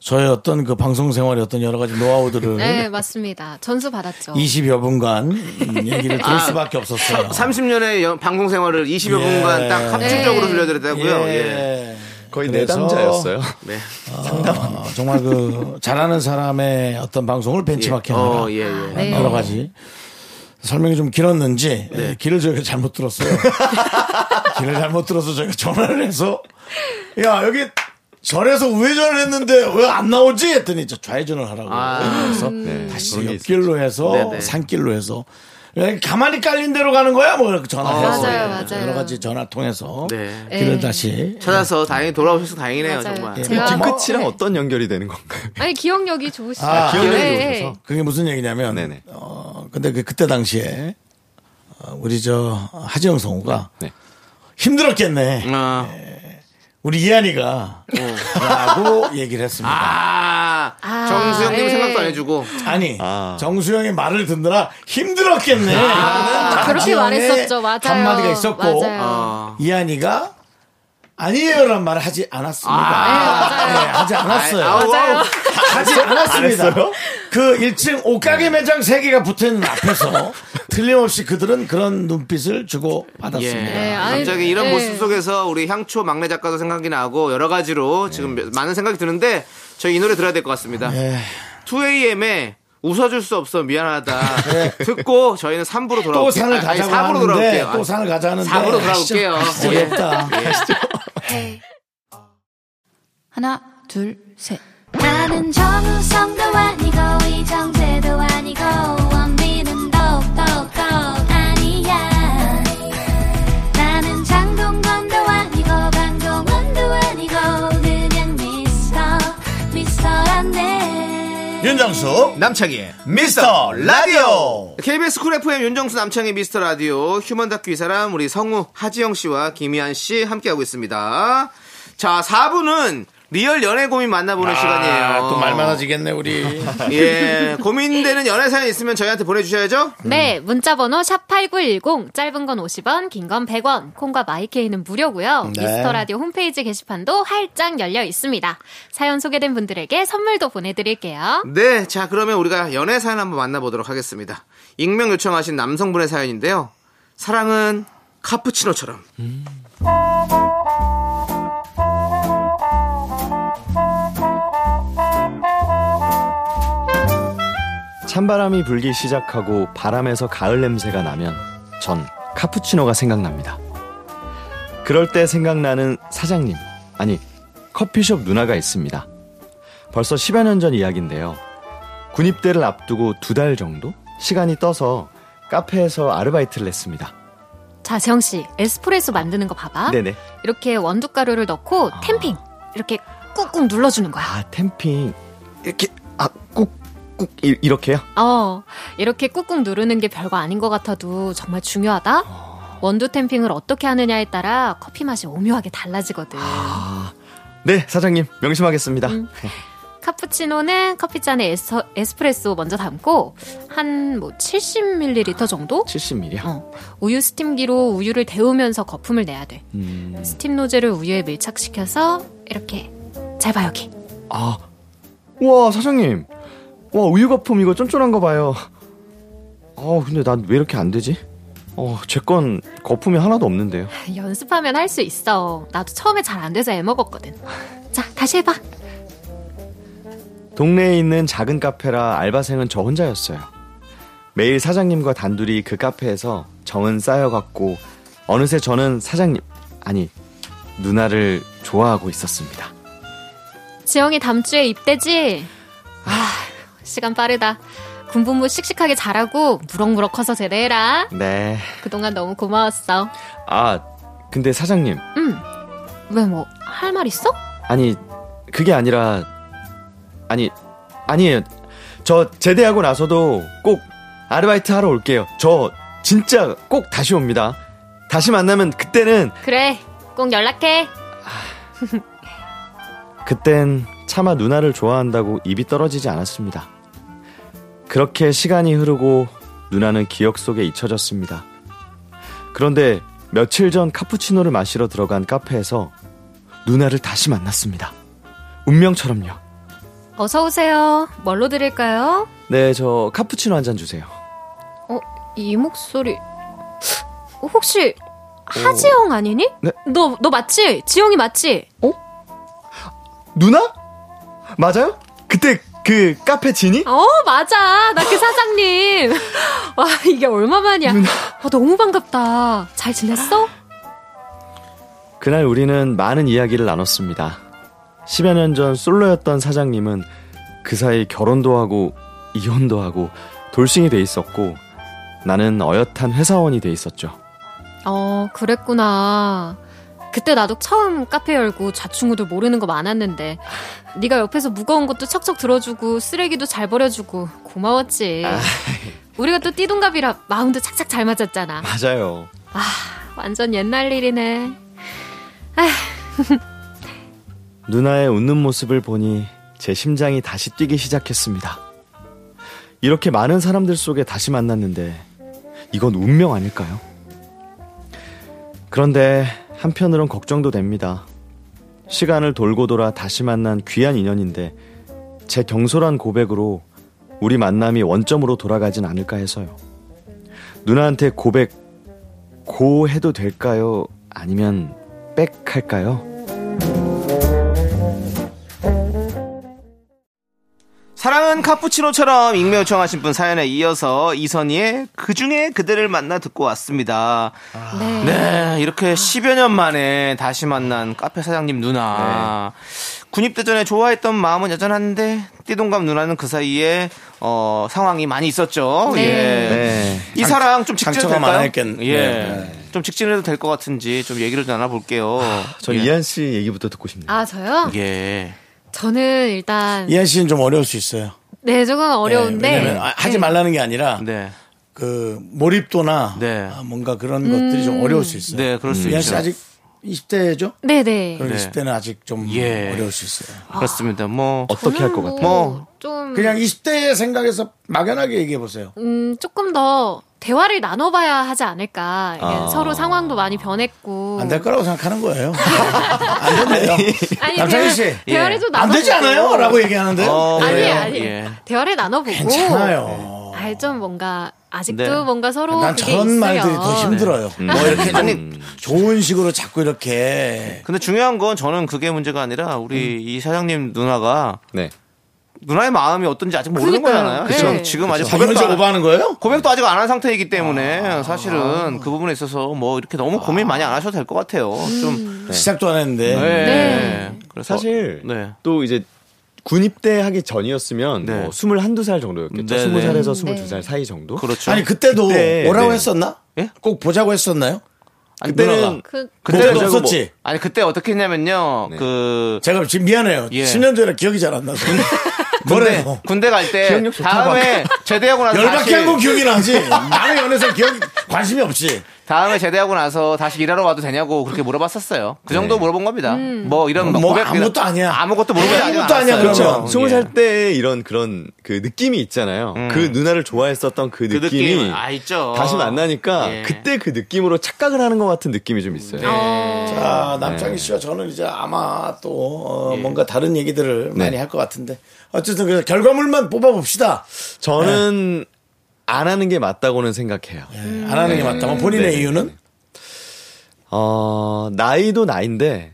S1: 저의 어떤 그 방송 생활의 어떤 여러 가지 노하우들을
S2: 예.
S5: 네, 맞습니다. 전수 받았죠.
S1: 20여 분간 음, 얘기를
S2: 아.
S1: 들을 수밖에 없었어요.
S2: 30년의 방송 생활을 20여 분간
S1: 예.
S2: 딱 합집적으로
S5: 예.
S2: 들려드렸다고요. 예.
S6: 거의
S1: 그래서-
S6: 내담자였어요.
S2: 네.
S1: 어, 정말 그 잘하는 사람의 어떤 방송을
S2: 예.
S1: 벤치마킹하는 아,
S2: 어, 예, 예.
S5: 네.
S1: 여러 가지 설명이 좀 길었는지
S2: 네.
S1: 예, 길을 저희가 잘못 들었어요. 길을 잘못 들어서 저희가 전화를 해서 야 여기 절에서 우회전을 했는데 왜 안 나오지 했더니 저 좌회전을 하라고
S2: 아.
S1: 그래서 다시 옆길로 해서
S2: 네네.
S1: 산길로 해서 왜 가만히 깔린 대로 가는 거야 뭐 이렇게 전화해서
S5: 맞아요,
S1: 예,
S5: 맞아요.
S1: 여러 가지 전화 통해서
S2: 네.
S1: 길을
S5: 예.
S1: 다시
S2: 찾아서 다행히 돌아오셔서 다행이네요,
S5: 맞아요.
S2: 정말.
S5: 제가-
S6: 뒤끝이랑
S5: 네.
S6: 어떤 연결이 되는 건가요? 그
S5: 아니 기억력이 좋으시죠.
S1: 아,
S6: 기억력이
S5: 네.
S6: 좋으셔서.
S1: 그게 무슨 얘기냐면
S6: 네네.
S1: 어 근데 그 그때 당시에 어, 우리 저 하지영 성우가
S6: 네. 음.
S1: 힘들었겠네.
S2: 아,
S1: 우리 이한이가
S6: 어.
S1: 라고 얘기를 했습니다.
S2: 아,
S5: 아,
S2: 정수영님
S5: 예.
S2: 생각도 안 해주고.
S1: 아니
S6: 아.
S1: 정수영의 말을 듣느라 힘들었겠네. 라는
S5: 아, 그렇게
S1: 나지영의
S5: 말했었죠. 맞아요.
S1: 한마디가 있었고
S5: 맞아요.
S2: 아,
S1: 이한이가 아니에요란 말을 하지 않았습니다.
S2: 아.
S1: 네, 하지 않았어요.
S2: 아, 아우, 아우.
S1: 하지 않았습니다. 그 1층 옷가게 매장 세개가 붙어있는 앞에서 틀림없이 그들은 그런 눈빛을 주고
S2: 예.
S1: 받았습니다.
S5: 네, 아이,
S2: 갑자기 이런
S5: 네.
S2: 모습 속에서 우리 향초 막내 작가도 생각이 나고 여러
S1: 네.
S2: 가지로 지금 많은 생각이 드는데 저희 이 노래 들어야 될 것 같습니다.
S1: 예.
S2: 2AM의 웃어줄 수 없어 미안하다 듣고 저희는 3부로 돌아올게요.
S1: 네. 또 산을
S2: 아니,
S1: 가자고
S2: 4부로
S1: 하는데
S2: 돌아올게요.
S1: 또 산을 가자는데
S2: 사부로 돌아올게요. 예.
S1: 예. 어렵다.
S7: 하나, 둘, 셋.
S3: 나는 정우성도 아니고 이정재도 아니고 원빈은 더욱더 아니야 나는 장동건도 아니고 강동원도 아니고 그냥 미스터 미스터란데
S8: 윤정수
S2: 남창희의
S8: 미스터 라디오
S2: KBS 쿨 FM 윤정수 남창희 미스터 라디오 휴먼 다큐 이 사람 우리 성우 하지영 씨와 김희한 씨 함께하고 있습니다. 자, 4부는 리얼 연애 고민 만나보는
S1: 아,
S2: 시간이에요.
S8: 아, 또 말 많아지겠네 우리
S2: 예, 고민되는 연애 사연 있으면 저희한테 보내주셔야죠.
S5: 네, 문자번호 샵8910, 짧은 건 50원, 긴 건 100원, 콩과 마이케이는 무료고요.
S8: 네.
S5: 미스터 라디오 홈페이지 게시판도 활짝 열려 있습니다. 사연 소개된 분들에게 선물도 보내드릴게요.
S2: 네, 자 그러면 우리가 연애 사연 한번 만나보도록 하겠습니다. 익명 요청하신 남성분의 사연인데요. 사랑은 카푸치노처럼.
S1: 찬바람이 불기 시작하고 바람에서 가을 냄새가 나면 전 카푸치노가 생각납니다. 그럴 때 생각나는 사장님, 아니, 커피숍 누나가 있습니다. 벌써 10여 년 전 이야기인데요. 군입대를 앞두고 두 달 정도 시간이 떠서 카페에서 아르바이트를 했습니다.
S5: 자, 세영씨, 에스프레소 만드는 거 봐봐.
S1: 네네.
S5: 이렇게 원두가루를 넣고 템핑, 이렇게 꾹꾹 눌러주는 거야.
S1: 아, 템핑. 이렇게, 아, 꾹, 꾹, 이- 이렇게요?
S5: 어, 이렇게 꾹꾹 누르는 게 별거 아닌 것 같아도 정말 중요하다? 원두 템핑을 어떻게 하느냐에 따라 커피 맛이 오묘하게 달라지거든.
S1: 네, 사장님, 명심하겠습니다.
S5: 카푸치노는 커피잔에 에스, 에스프레소 먼저 담고 한 뭐 70ml 정도?
S1: 70ml요?
S5: 어, 우유 스팀기로 우유를 데우면서 거품을 내야 돼.
S1: 음,
S5: 스팀 노즐을 우유에 밀착시켜서 이렇게 잘 봐 여기.
S1: 아. 와, 사장님. 와, 우유 거품 이거 쫀쫀한 거 봐요. 아, 근데 난 왜 이렇게 안 되지? 어, 제 건 거품이 하나도 없는데요.
S5: 연습하면 할 수 있어. 나도 처음에 잘 안 돼서 애 먹었거든. 자 다시 해봐.
S1: 동네에 있는 작은 카페라 알바생은 저 혼자였어요. 매일 사장님과 단둘이 그 카페에서 정은 쌓여갔고 어느새 저는 사장님 아니 누나를 좋아하고 있었습니다.
S5: 지영이 다음 주에 입대지. 아 시간 빠르다. 군복무 씩씩하게 잘하고 무럭무럭 커서 제대해라.
S1: 네.
S5: 그동안 너무 고마웠어.
S1: 아, 근데 사장님
S5: 왜 뭐 할 말 있어?
S1: 아니 그게 아니라 아니 아니에요 저 제대하고 나서도 꼭 아르바이트 하러 올게요 저 진짜 꼭 다시 옵니다 다시 만나면 그때는
S5: 그래 꼭 연락해.
S1: 그땐 차마 누나를 좋아한다고 입이 떨어지지 않았습니다 그렇게 시간이 흐르고 누나는 기억 속에 잊혀졌습니다 그런데 며칠 전 카푸치노를 마시러 들어간 카페에서 누나를 다시 만났습니다 운명처럼요
S5: 어서 오세요. 뭘로 드릴까요?
S1: 네, 저 카푸치노 한 잔 주세요.
S5: 어, 이 목소리. 어, 혹시 하지영 아니니?
S1: 네?
S5: 너, 너 맞지? 지영이 맞지?
S1: 누나? 맞아요? 그때 그 카페 지니?
S5: 어, 맞아. 나 그 사장님. 와, 이게 얼마만이야. 아, 너무 반갑다. 잘 지냈어?
S1: 그날 우리는 많은 이야기를 나눴습니다. 10여 년 전 솔로였던 사장님은 그 사이 결혼도 하고 이혼도 하고 돌싱이 돼 있었고 나는 어엿한 회사원이 돼 있었죠.
S5: 어, 그랬구나. 그때 나도 처음 카페 열고 좌충우돌 모르는 거 많았는데 네가 옆에서 무거운 것도 척척 들어주고 쓰레기도 잘 버려주고 고마웠지. 우리가 또 띠동갑이라 마음도 착착 잘 맞았잖아.
S1: 맞아요.
S5: 완전 옛날 일이네.
S1: 누나의 웃는 모습을 보니 제 심장이 다시 뛰기 시작했습니다. 이렇게 많은 사람들 속에 다시 만났는데 이건 운명 아닐까요? 그런데 한편으론 걱정도 됩니다. 시간을 돌고 돌아 다시 만난 귀한 인연인데 제 경솔한 고백으로 우리 만남이 원점으로 돌아가진 않을까 해서요. 누나한테 고백 고 해도 될까요? 아니면 백 할까요?
S2: 사랑은 카푸치노처럼 익명 요청하신 분 사연에 이어서 이선희의 그 중에 그대를 만나 듣고 왔습니다.
S5: 네.
S2: 네, 이렇게 10여 년 만에 다시 만난 카페 사장님 누나. 군입대 전에 좋아했던 마음은 여전한데 띠동갑 누나는 그 사이에 어, 상황이 많이 있었죠.
S5: 네.
S2: 예.
S1: 네.
S2: 이 사랑 좀 직진해도
S1: 상처가
S2: 될까요?
S1: 많았겠-
S2: 예.
S1: 네. 아,
S2: 좀 직진해도 될 것 같은지 좀 얘기를 나눠볼게요.
S6: 전
S2: 예.
S6: 이한 씨 얘기부터 듣고 싶네요.
S5: 아 저요?
S2: 예.
S5: 저는 일단
S1: 이한 씨는 좀 어려울 수 있어요.
S5: 네 조금 어려운데
S1: 네, 왜냐면 아, 하지 말라는 게 아니라
S2: 네.
S1: 그 몰입도나
S2: 네.
S1: 아, 뭔가 그런 것들이
S5: 음.
S1: 좀 어려울 수 있어요.
S2: 네, 그럴 수
S1: 이한 씨
S2: 있죠.
S1: 아직 20대죠?
S5: 네네
S1: 그럼 20대는 아직 좀
S2: 예.
S1: 어려울 수 있어요.
S5: 아.
S2: 그렇습니다. 뭐
S6: 어떻게 할 것 같아요?
S2: 뭐.
S5: 뭐좀
S1: 그냥 20대의 생각에서 막연하게 얘기해 보세요.
S5: 음, 조금 더 대화를 나눠봐야 하지 않을까. 이게
S6: 아.
S5: 서로 상황도 많이 변했고.
S1: 안 될 거라고 생각하는
S5: 음.
S1: 거예요. 안 된대요.
S5: 아니,
S1: 남창희
S5: 대화-
S1: 씨.
S5: 대화를
S2: 예.
S5: 좀
S1: 안
S5: 나눠보고.
S1: 되지 않아요? 라고 얘기하는데요.
S2: 어,
S5: 뭐. 아니,
S2: 그래요?
S5: 아니.
S2: 예.
S5: 대화를 나눠보고.
S1: 괜찮아요.
S5: 아, 좀 뭔가, 아직도
S2: 네.
S5: 뭔가 서로.
S1: 난
S5: 그게 아, 네.
S1: 저런
S5: 있으면.
S1: 말들이 더 힘들어요.
S2: 음.
S1: 뭐 이렇게
S2: 아니,
S1: 좀 좋은 식으로 자꾸 이렇게
S2: 근데 중요한 건 저는 그게 문제가 아니라 우리
S1: 음.
S2: 이 사장님 누나가
S6: 네.
S2: 누나의 마음이 어떤지 아직 모르는
S5: 그러니까요.
S2: 거잖아요. 예.
S5: 그쵸.
S2: 지금, 지금 아직 고백도
S1: 자면서
S2: 안,
S1: 오버하는 거예요?
S2: 고백도 아직 안 한 상태이기 때문에
S1: 아,
S2: 사실은 그 부분에 있어서 뭐 이렇게 너무 고민 많이 안 하셔도 될 것 같아요. 좀
S1: 시작도 안 했는데.
S2: 네.
S5: 네.
S2: 그래서
S6: 사실
S2: 네.
S6: 또 이제 군 입대하기 전이었으면
S2: 네.
S6: 뭐 21, 2살 정도였겠죠.
S2: 네,
S6: 20살에서
S5: 네.
S6: 22살 사이 정도.
S2: 그렇죠.
S1: 아니 그때도
S6: 그때,
S1: 오라고
S6: 네.
S1: 했었나?
S2: 예?
S1: 꼭 보자고 했었나요?
S2: 아니,
S1: 누나가.
S5: 그,
S1: 그때는
S2: 그때도
S1: 뭐
S2: 뭐
S1: 없었지. 네.
S2: 아니 그때 어떻게 했냐면요. 그
S1: 제가 지금 미안해요.
S2: 예.
S1: 10년 전에 기억이 잘 안 나서.
S2: 군대,
S1: 뭐래요?
S2: 군대 갈 때
S6: 기억력 좋다,
S2: 다음에 제대하고 나서
S1: 열받게
S2: 다시
S1: 한 건 기억이 나지. 남의 연애사 기억 관심이 없지.
S2: 다음에 제대하고 나서 다시 일하러 와도 되냐고 그렇게 물어봤었어요. 그 정도 물어본 겁니다. 뭐 이런
S1: 네. 뭐
S2: 고백
S1: 아무것도 아니야.
S2: 아무것도 물어보지
S1: 아무것도 아니야,
S2: 않았어요.
S1: 그렇죠.
S2: 예.
S6: 20살 때 이런 그런 그 느낌이 있잖아요. 그 누나를 좋아했었던 그
S2: 음. 그
S6: 느낌이
S2: 느낌 아 있죠.
S6: 다시 만나니까
S2: 예. 네.
S6: 그때 그 느낌으로 착각을 하는 것 같은 느낌이 좀 있어요.
S1: 자, 남창희 씨와 저는 이제 아마 또 어, 뭔가 다른 얘기들을 많이 할 것 같은데. 어쨌든 그 결과물만 뽑아봅시다.
S6: 저는 안 하는 게 맞다고는 생각해요.
S1: 예, 안 하는 게 맞다면 본인의
S6: 네.
S1: 이유는
S6: 어, 나이도 나인데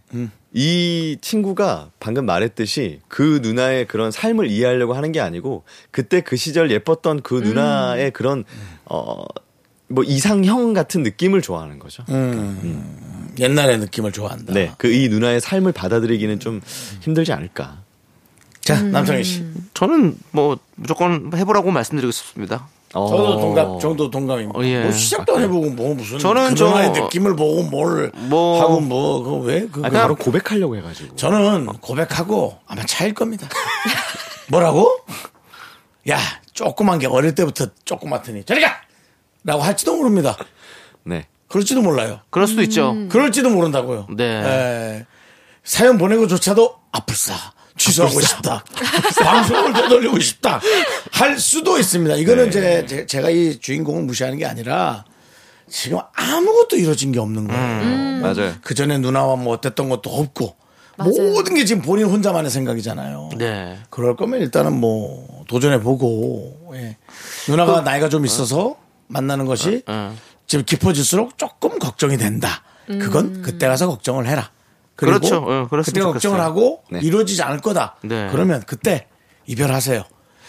S6: 이 친구가 방금 말했듯이 그 누나의 그런 삶을 이해하려고 하는 게 아니고 그때 그 시절 예뻤던 그 누나의 그런 어, 뭐 이상형 같은 느낌을 좋아하는 거죠.
S1: 음. 옛날의 느낌을 좋아한다.
S6: 네. 그 이 누나의 삶을 받아들이기는 좀 힘들지 않을까.
S1: 자, 남창희 씨.
S2: 저는 뭐 무조건 해보라고 말씀드리고 싶습니다.
S1: 저도
S6: 어.
S1: 동감, 정도 동감입니다.
S2: 어, 예.
S1: 뭐 시작도 안 해보고 뭐 무슨 저는
S2: 저는
S1: 그동안의
S2: 저-
S1: 느낌을 보고 뭘
S2: 뭐-
S1: 하고 뭐 그거 왜 그,
S6: 아,
S1: 그-
S6: 바로 고백하려고 해가지고.
S1: 저는 고백하고 아마 차일 겁니다. 뭐라고? 야, 조그만 게 어릴 때부터 조그맣더니 저리 가! 라고 할지도 모릅니다.
S6: 네.
S1: 그럴지도 몰라요.
S2: 그럴 수도 있죠.
S1: 그럴지도 모른다고요.
S2: 네.
S1: 에, 사연 보내고조차도 아플싸. 취소하고 싶다. 방송을 되돌리고 싶다. 할 수도 있습니다. 이거는 제, 제- 제가 이 주인공을 무시하는 게 아니라 지금 아무것도 이루어진 게 없는 거예요.
S6: 음. 맞아요.
S1: 그 전에 누나와 뭐 어땠던 것도 없고 모든 게 지금 본인 혼자만의 생각이잖아요.
S2: 네.
S1: 그럴 거면 일단은 뭐 도전해 보고 예. 누나가
S2: 그-
S1: 나이가 좀 있어서 만나는 것이
S2: 어,
S1: 지금 깊어질수록 조금 걱정이 된다. 그건 그때 가서 걱정을 해라. 그리고
S2: 그렇죠. 어, 그랬으면
S1: 그때 걱정을
S2: 좋겠어요.
S1: 하고
S6: 네.
S1: 이루어지지 않을 거다.
S2: 네.
S1: 그러면 그때 이별하세요.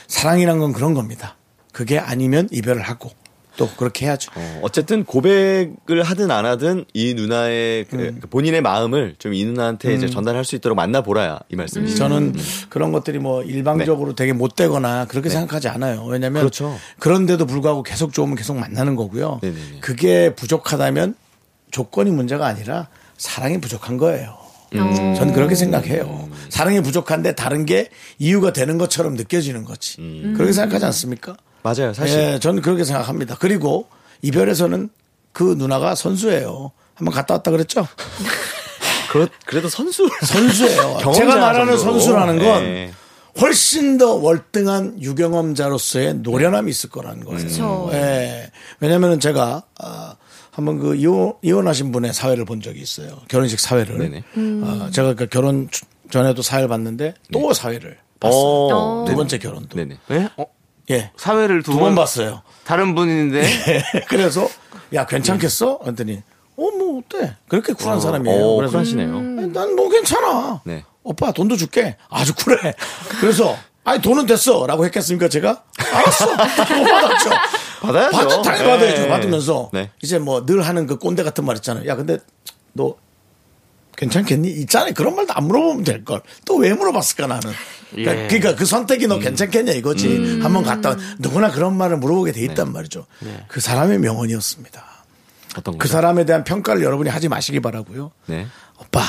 S1: 사랑이란 건 그런 겁니다. 그게 아니면 이별을 하고 또 그렇게 해야죠.
S6: 어, 어쨌든 고백을 하든 안 하든 이 누나의 그-
S1: 음.
S6: 그 본인의 마음을 좀 이 누나한테 이제 전달할 수 있도록 만나보라야 이 말씀이시죠.
S1: 음. 저는 그런 것들이 뭐 일방적으로 되게 못되거나 그렇게 생각하지 않아요. 왜냐면
S6: 네. 그렇죠.
S1: 런데도 불구하고 계속 좋으면 계속 만나는 거고요.
S6: 네네네.
S1: 그게 부족하다면 조건이 문제가 아니라 사랑이 부족한 거예요.
S6: 음.
S1: 저는 그렇게 생각해요. 사랑이 부족한데 다른 게 이유가 되는 것처럼 느껴지는 거지. 그렇게 생각하지 않습니까?
S6: 맞아요, 음. 사실.
S1: 예, 저는 그렇게 생각합니다. 그리고 이별에서는 그 누나가 선수예요. 한번 갔다 왔다 그랬죠?
S6: 그렇, 그래도 선수.
S1: 선수예요.
S6: 경험자
S1: 제가
S6: 정도로.
S1: 말하는 선수라는 건
S6: 네.
S1: 훨씬 더 월등한 유경험자로서의 노련함이 있을 거라는 거예요.
S5: 그쵸.
S1: 예. 왜냐면은 제가 아, 한번 그 이혼, 이혼하신 분의 사회를 본 적이 있어요. 결혼식 사회를.
S6: 네네.
S1: 아, 제가 그 결혼 주- 전에도 사회를 봤는데 또 사회를 봤어요.
S6: 네. 어.
S1: 두 번째 결혼도.
S6: 네네.
S2: 예? 어?
S1: 예.
S2: 사회를 두
S1: 두 번
S2: 번
S1: 봤어요. 예.
S2: 다른 분인데
S1: 그래서 야 괜찮겠어? 그랬더니 어 뭐 어때? 그렇게 쿨한 사람이에요.
S6: 음. 어,
S1: 예, 그래서
S6: 쿨하시네요.
S1: 난 뭐 괜찮아.
S6: 네.
S1: 오빠 돈도 줄게. 아주 쿨해. 그래서 아니 돈은 됐어라고 했겠습니까 제가? 알았어. 돈 받았죠.
S6: 받아야죠.
S1: 받아 당연히
S6: 네.
S1: 받아야죠. 받으면서
S6: 네.
S1: 이제 뭐 늘 하는 그 꼰대 같은 말 있잖아요. 야 근데 너 괜찮겠니? 있잖아. 그런 말도 안 물어보면 될 걸. 또 왜 물어봤을까 나는. 그러니까,
S2: 예.
S1: 그러니까 그 선택이
S6: 음.
S1: 너 괜찮겠냐 이거지. 한번 갔다 온- 누구나 그런 말을 물어보게 돼
S6: 네.
S1: 있단 말이죠. 그 사람의 명언이었습니다.
S2: 어떤
S6: 네.
S1: 그 사람에 대한 평가를 여러분이 하지 마시기 바라고요.
S2: 네.
S1: 오빠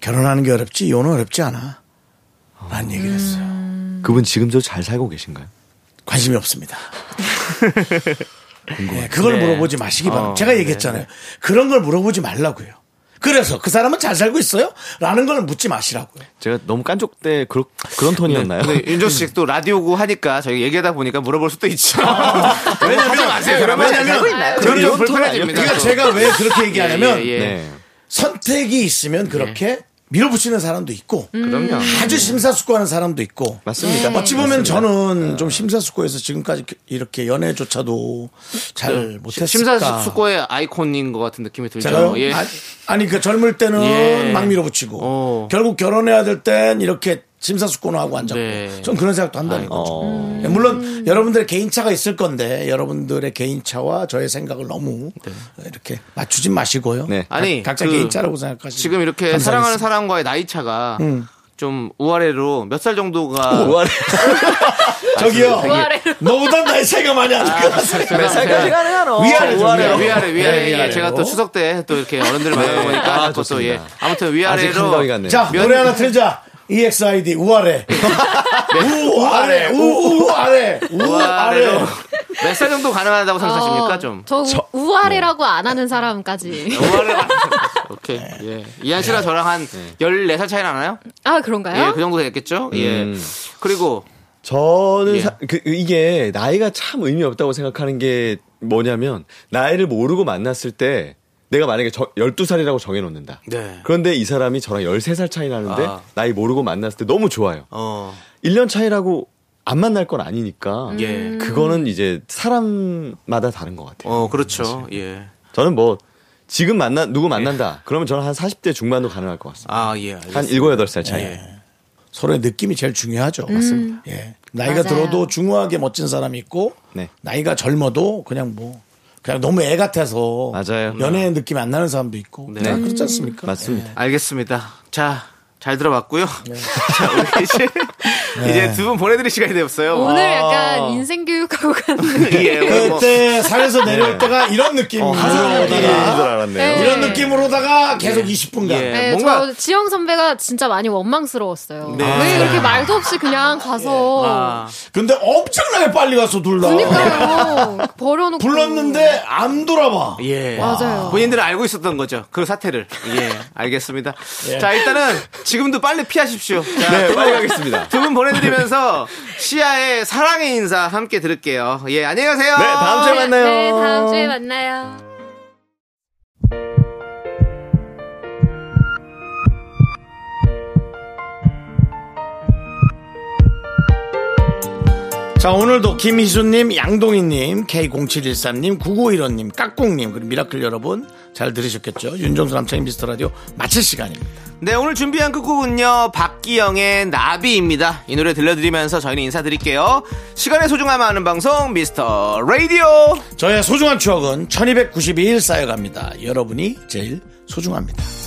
S1: 결혼하는 게 어렵지 이혼은 어렵지 않아. 라는 얘기를 했어요.
S6: 그분 지금도 잘 살고 계신가요?
S1: 관심이 없습니다. 네, 그걸
S2: 네.
S1: 물어보지 마시기 바랍니다.
S2: 어,
S1: 제가 얘기했잖아요. 그런 걸 물어보지 말라고요. 그래서 그 사람은 잘 살고 있어요? 라는 걸 묻지 마시라고요.
S6: 제가 너무 깐족 때 그런 그런 톤이었나요?
S2: 근데 윤조 씨또 라디오고 하니까 저희 얘기하다 보니까 물어볼 수도 있죠. 왜냐면 아. 하지 마세요. 네, 여러분.
S1: 왜냐면
S2: 그럼
S6: 이런
S2: 좀
S6: 톤
S2: 불편해집니다.
S1: 그러니까
S2: 또.
S1: 제가 왜 그렇게 얘기하냐면
S2: 예, 예, 예.
S6: 네.
S1: 선택이 있으면 그렇게 밀어붙이는 사람도 있고
S2: 그럼요.
S1: 아주 심사숙고하는 사람도 있고 음.
S6: 맞습니다.
S1: 어찌 보면
S2: 네.
S1: 저는 좀 심사숙고해서 지금까지 이렇게 연애조차도 잘 못했을까.
S2: 네. 심사숙고의 아이콘인 것 같은 느낌이 들죠.
S1: 제가요?
S2: 예.
S1: 아- 아니 그 젊을 때는
S2: 예.
S1: 막 밀어붙이고
S2: 어.
S1: 결국 결혼해야 될 땐 이렇게 심사숙고는 하고 앉았고
S2: 네. 어.
S1: 전 그런 생각도 한다는 거죠. 예, 물론 여러분들의 개인차가 있을 건데 여러분들의 개인차와 저의 생각을 너무 이렇게 맞추진 마시고요.
S6: 네.
S2: 네. 아니,
S1: 각, 자
S2: 그
S1: 개인차라고 생각하시고
S2: 지금 이렇게 사랑하는 사람과의 나이 차가 좀 음. 우아래로 몇 살 정도가
S6: 우아래.
S1: 아, 저기요 아,
S5: 우아래로.
S1: 그 너보다 나이 차이가 많이 안 나요.
S2: 몇 살까지 가능한
S1: 위아래 좀
S2: 네, 위아래
S1: 위아래로.
S2: 위아래 위아래
S1: 네,
S2: 예,
S1: 위아래로.
S2: 제가 또 추석 때 또 이렇게 어른들을 만나보니까
S6: 아,
S2: 또, 또
S6: 좋습니다.
S2: 예. 아무튼
S6: 아직 한 가위
S2: 위아래로
S6: 같네요.
S1: 자
S2: 면-
S1: 노래 하나 틀자. E EXID 우아래 우아래 우아래 우아래
S2: 우아래로 어. 몇 살 정도 가능하다고 생각하십니까 좀
S5: 어,
S2: 네.
S5: 저, 우- 우아래라고 안 하는 사람까지.
S2: 우아래로 오케이 예 이한
S6: 네.
S2: 씨랑 저랑 한 14살 차이 나나요?
S5: 아, 그런가요?
S2: 예, 그 정도 됐겠죠? 예.
S6: 음.
S2: 그리고
S6: 저는
S2: 예.
S6: 사- 그, 이게 나이가 참 의미 없다고 생각하는 게 뭐냐면 나이를 모르고 만났을 때 내가 만약에 저 12살이라고 정해놓는다.
S2: 네.
S6: 그런데 이 사람이 저랑 13살 차이 나는데
S2: 아.
S6: 나이 모르고 만났을 때 너무 좋아요.
S2: 어.
S6: 1년 차이라고 안 만날 건 아니니까
S2: 예.
S6: 그거는 이제 사람마다 다른 것 같아요.
S2: 어, 그렇죠. 예.
S6: 저는 뭐 지금 만나 누구 만난다. 그러면 저는 한 40대 중반도 가능할 것 같습니다.
S2: 아, 예.
S6: 한 7, 8살 차이.
S1: 서로의 느낌이 제일 중요하죠. 맞습니다. 예. 나이가
S5: 맞아요.
S1: 들어도 중후하게 멋진 사람이 있고
S6: 네.
S1: 나이가 젊어도 그냥 뭐 그냥 너무 애 같아서
S6: 맞아요.
S1: 연애 느낌이 안 나는 사람도 있고
S2: 네.
S1: 다 그렇지 않습니까?
S6: 맞습니다.
S2: 예. 알겠습니다. 자, 잘 들어봤고요. 자, 우리 이제,
S6: 네.
S2: 이제 두 분 보내드릴 시간이 되었어요.
S5: 오늘
S1: 아.
S5: 약간 인생 교육하고 가는.
S2: 예,
S1: 예.
S2: 오늘 뭐,
S1: 그때 산에서 내려올 네. 어, 때가 이런 느낌으로
S6: 줄
S1: 오다가
S6: 알았네요.
S5: 네.
S1: 이런 느낌으로다가 계속 20분간
S2: 예.
S5: 네,
S2: 뭔가-
S5: 저 지영 선배가 진짜 많이 원망스러웠어요.
S2: 네.
S1: 아.
S5: 왜 이렇게 말도 없이 그냥 가서.
S2: 아,
S1: 근데 엄청나게 빨리 가서 둘다
S5: 그니까요. 버려놓고.
S1: 불렀는데 안 돌아봐.
S2: 예.
S5: 맞아요.
S2: 본인들은 알고 있었던 거죠. 그 사태를. 예, 알겠습니다. 자, 일단은 지금도 빨리 피하십시오. 자,
S6: 네,
S2: 두
S6: 빨리
S2: 분-
S6: 가겠습니다.
S2: 두 분 보내드리면서 시아의 사랑의 인사 함께 들을게요. 예, 안녕히 가세요.
S6: 네, 다음 주에 만나요.
S5: 네, 다음 주에 만나요.
S1: 자 오늘도 김희수님, 양동희님, K0713님, 9915님, 깍꿍님 그리고 미라클 여러분 잘 들으셨겠죠? 윤종수 남창인 미스터 라디오 마칠 시간입니다.
S2: 네, 오늘 준비한 끝곡은요, 박기영의 나비입니다. 이 노래 들려드리면서 저희는 인사드릴게요. 시간의 소중함을 아는 방송, 미스터 라디오!
S1: 저의 소중한 추억은 1292일 쌓여갑니다. 여러분이 제일 소중합니다.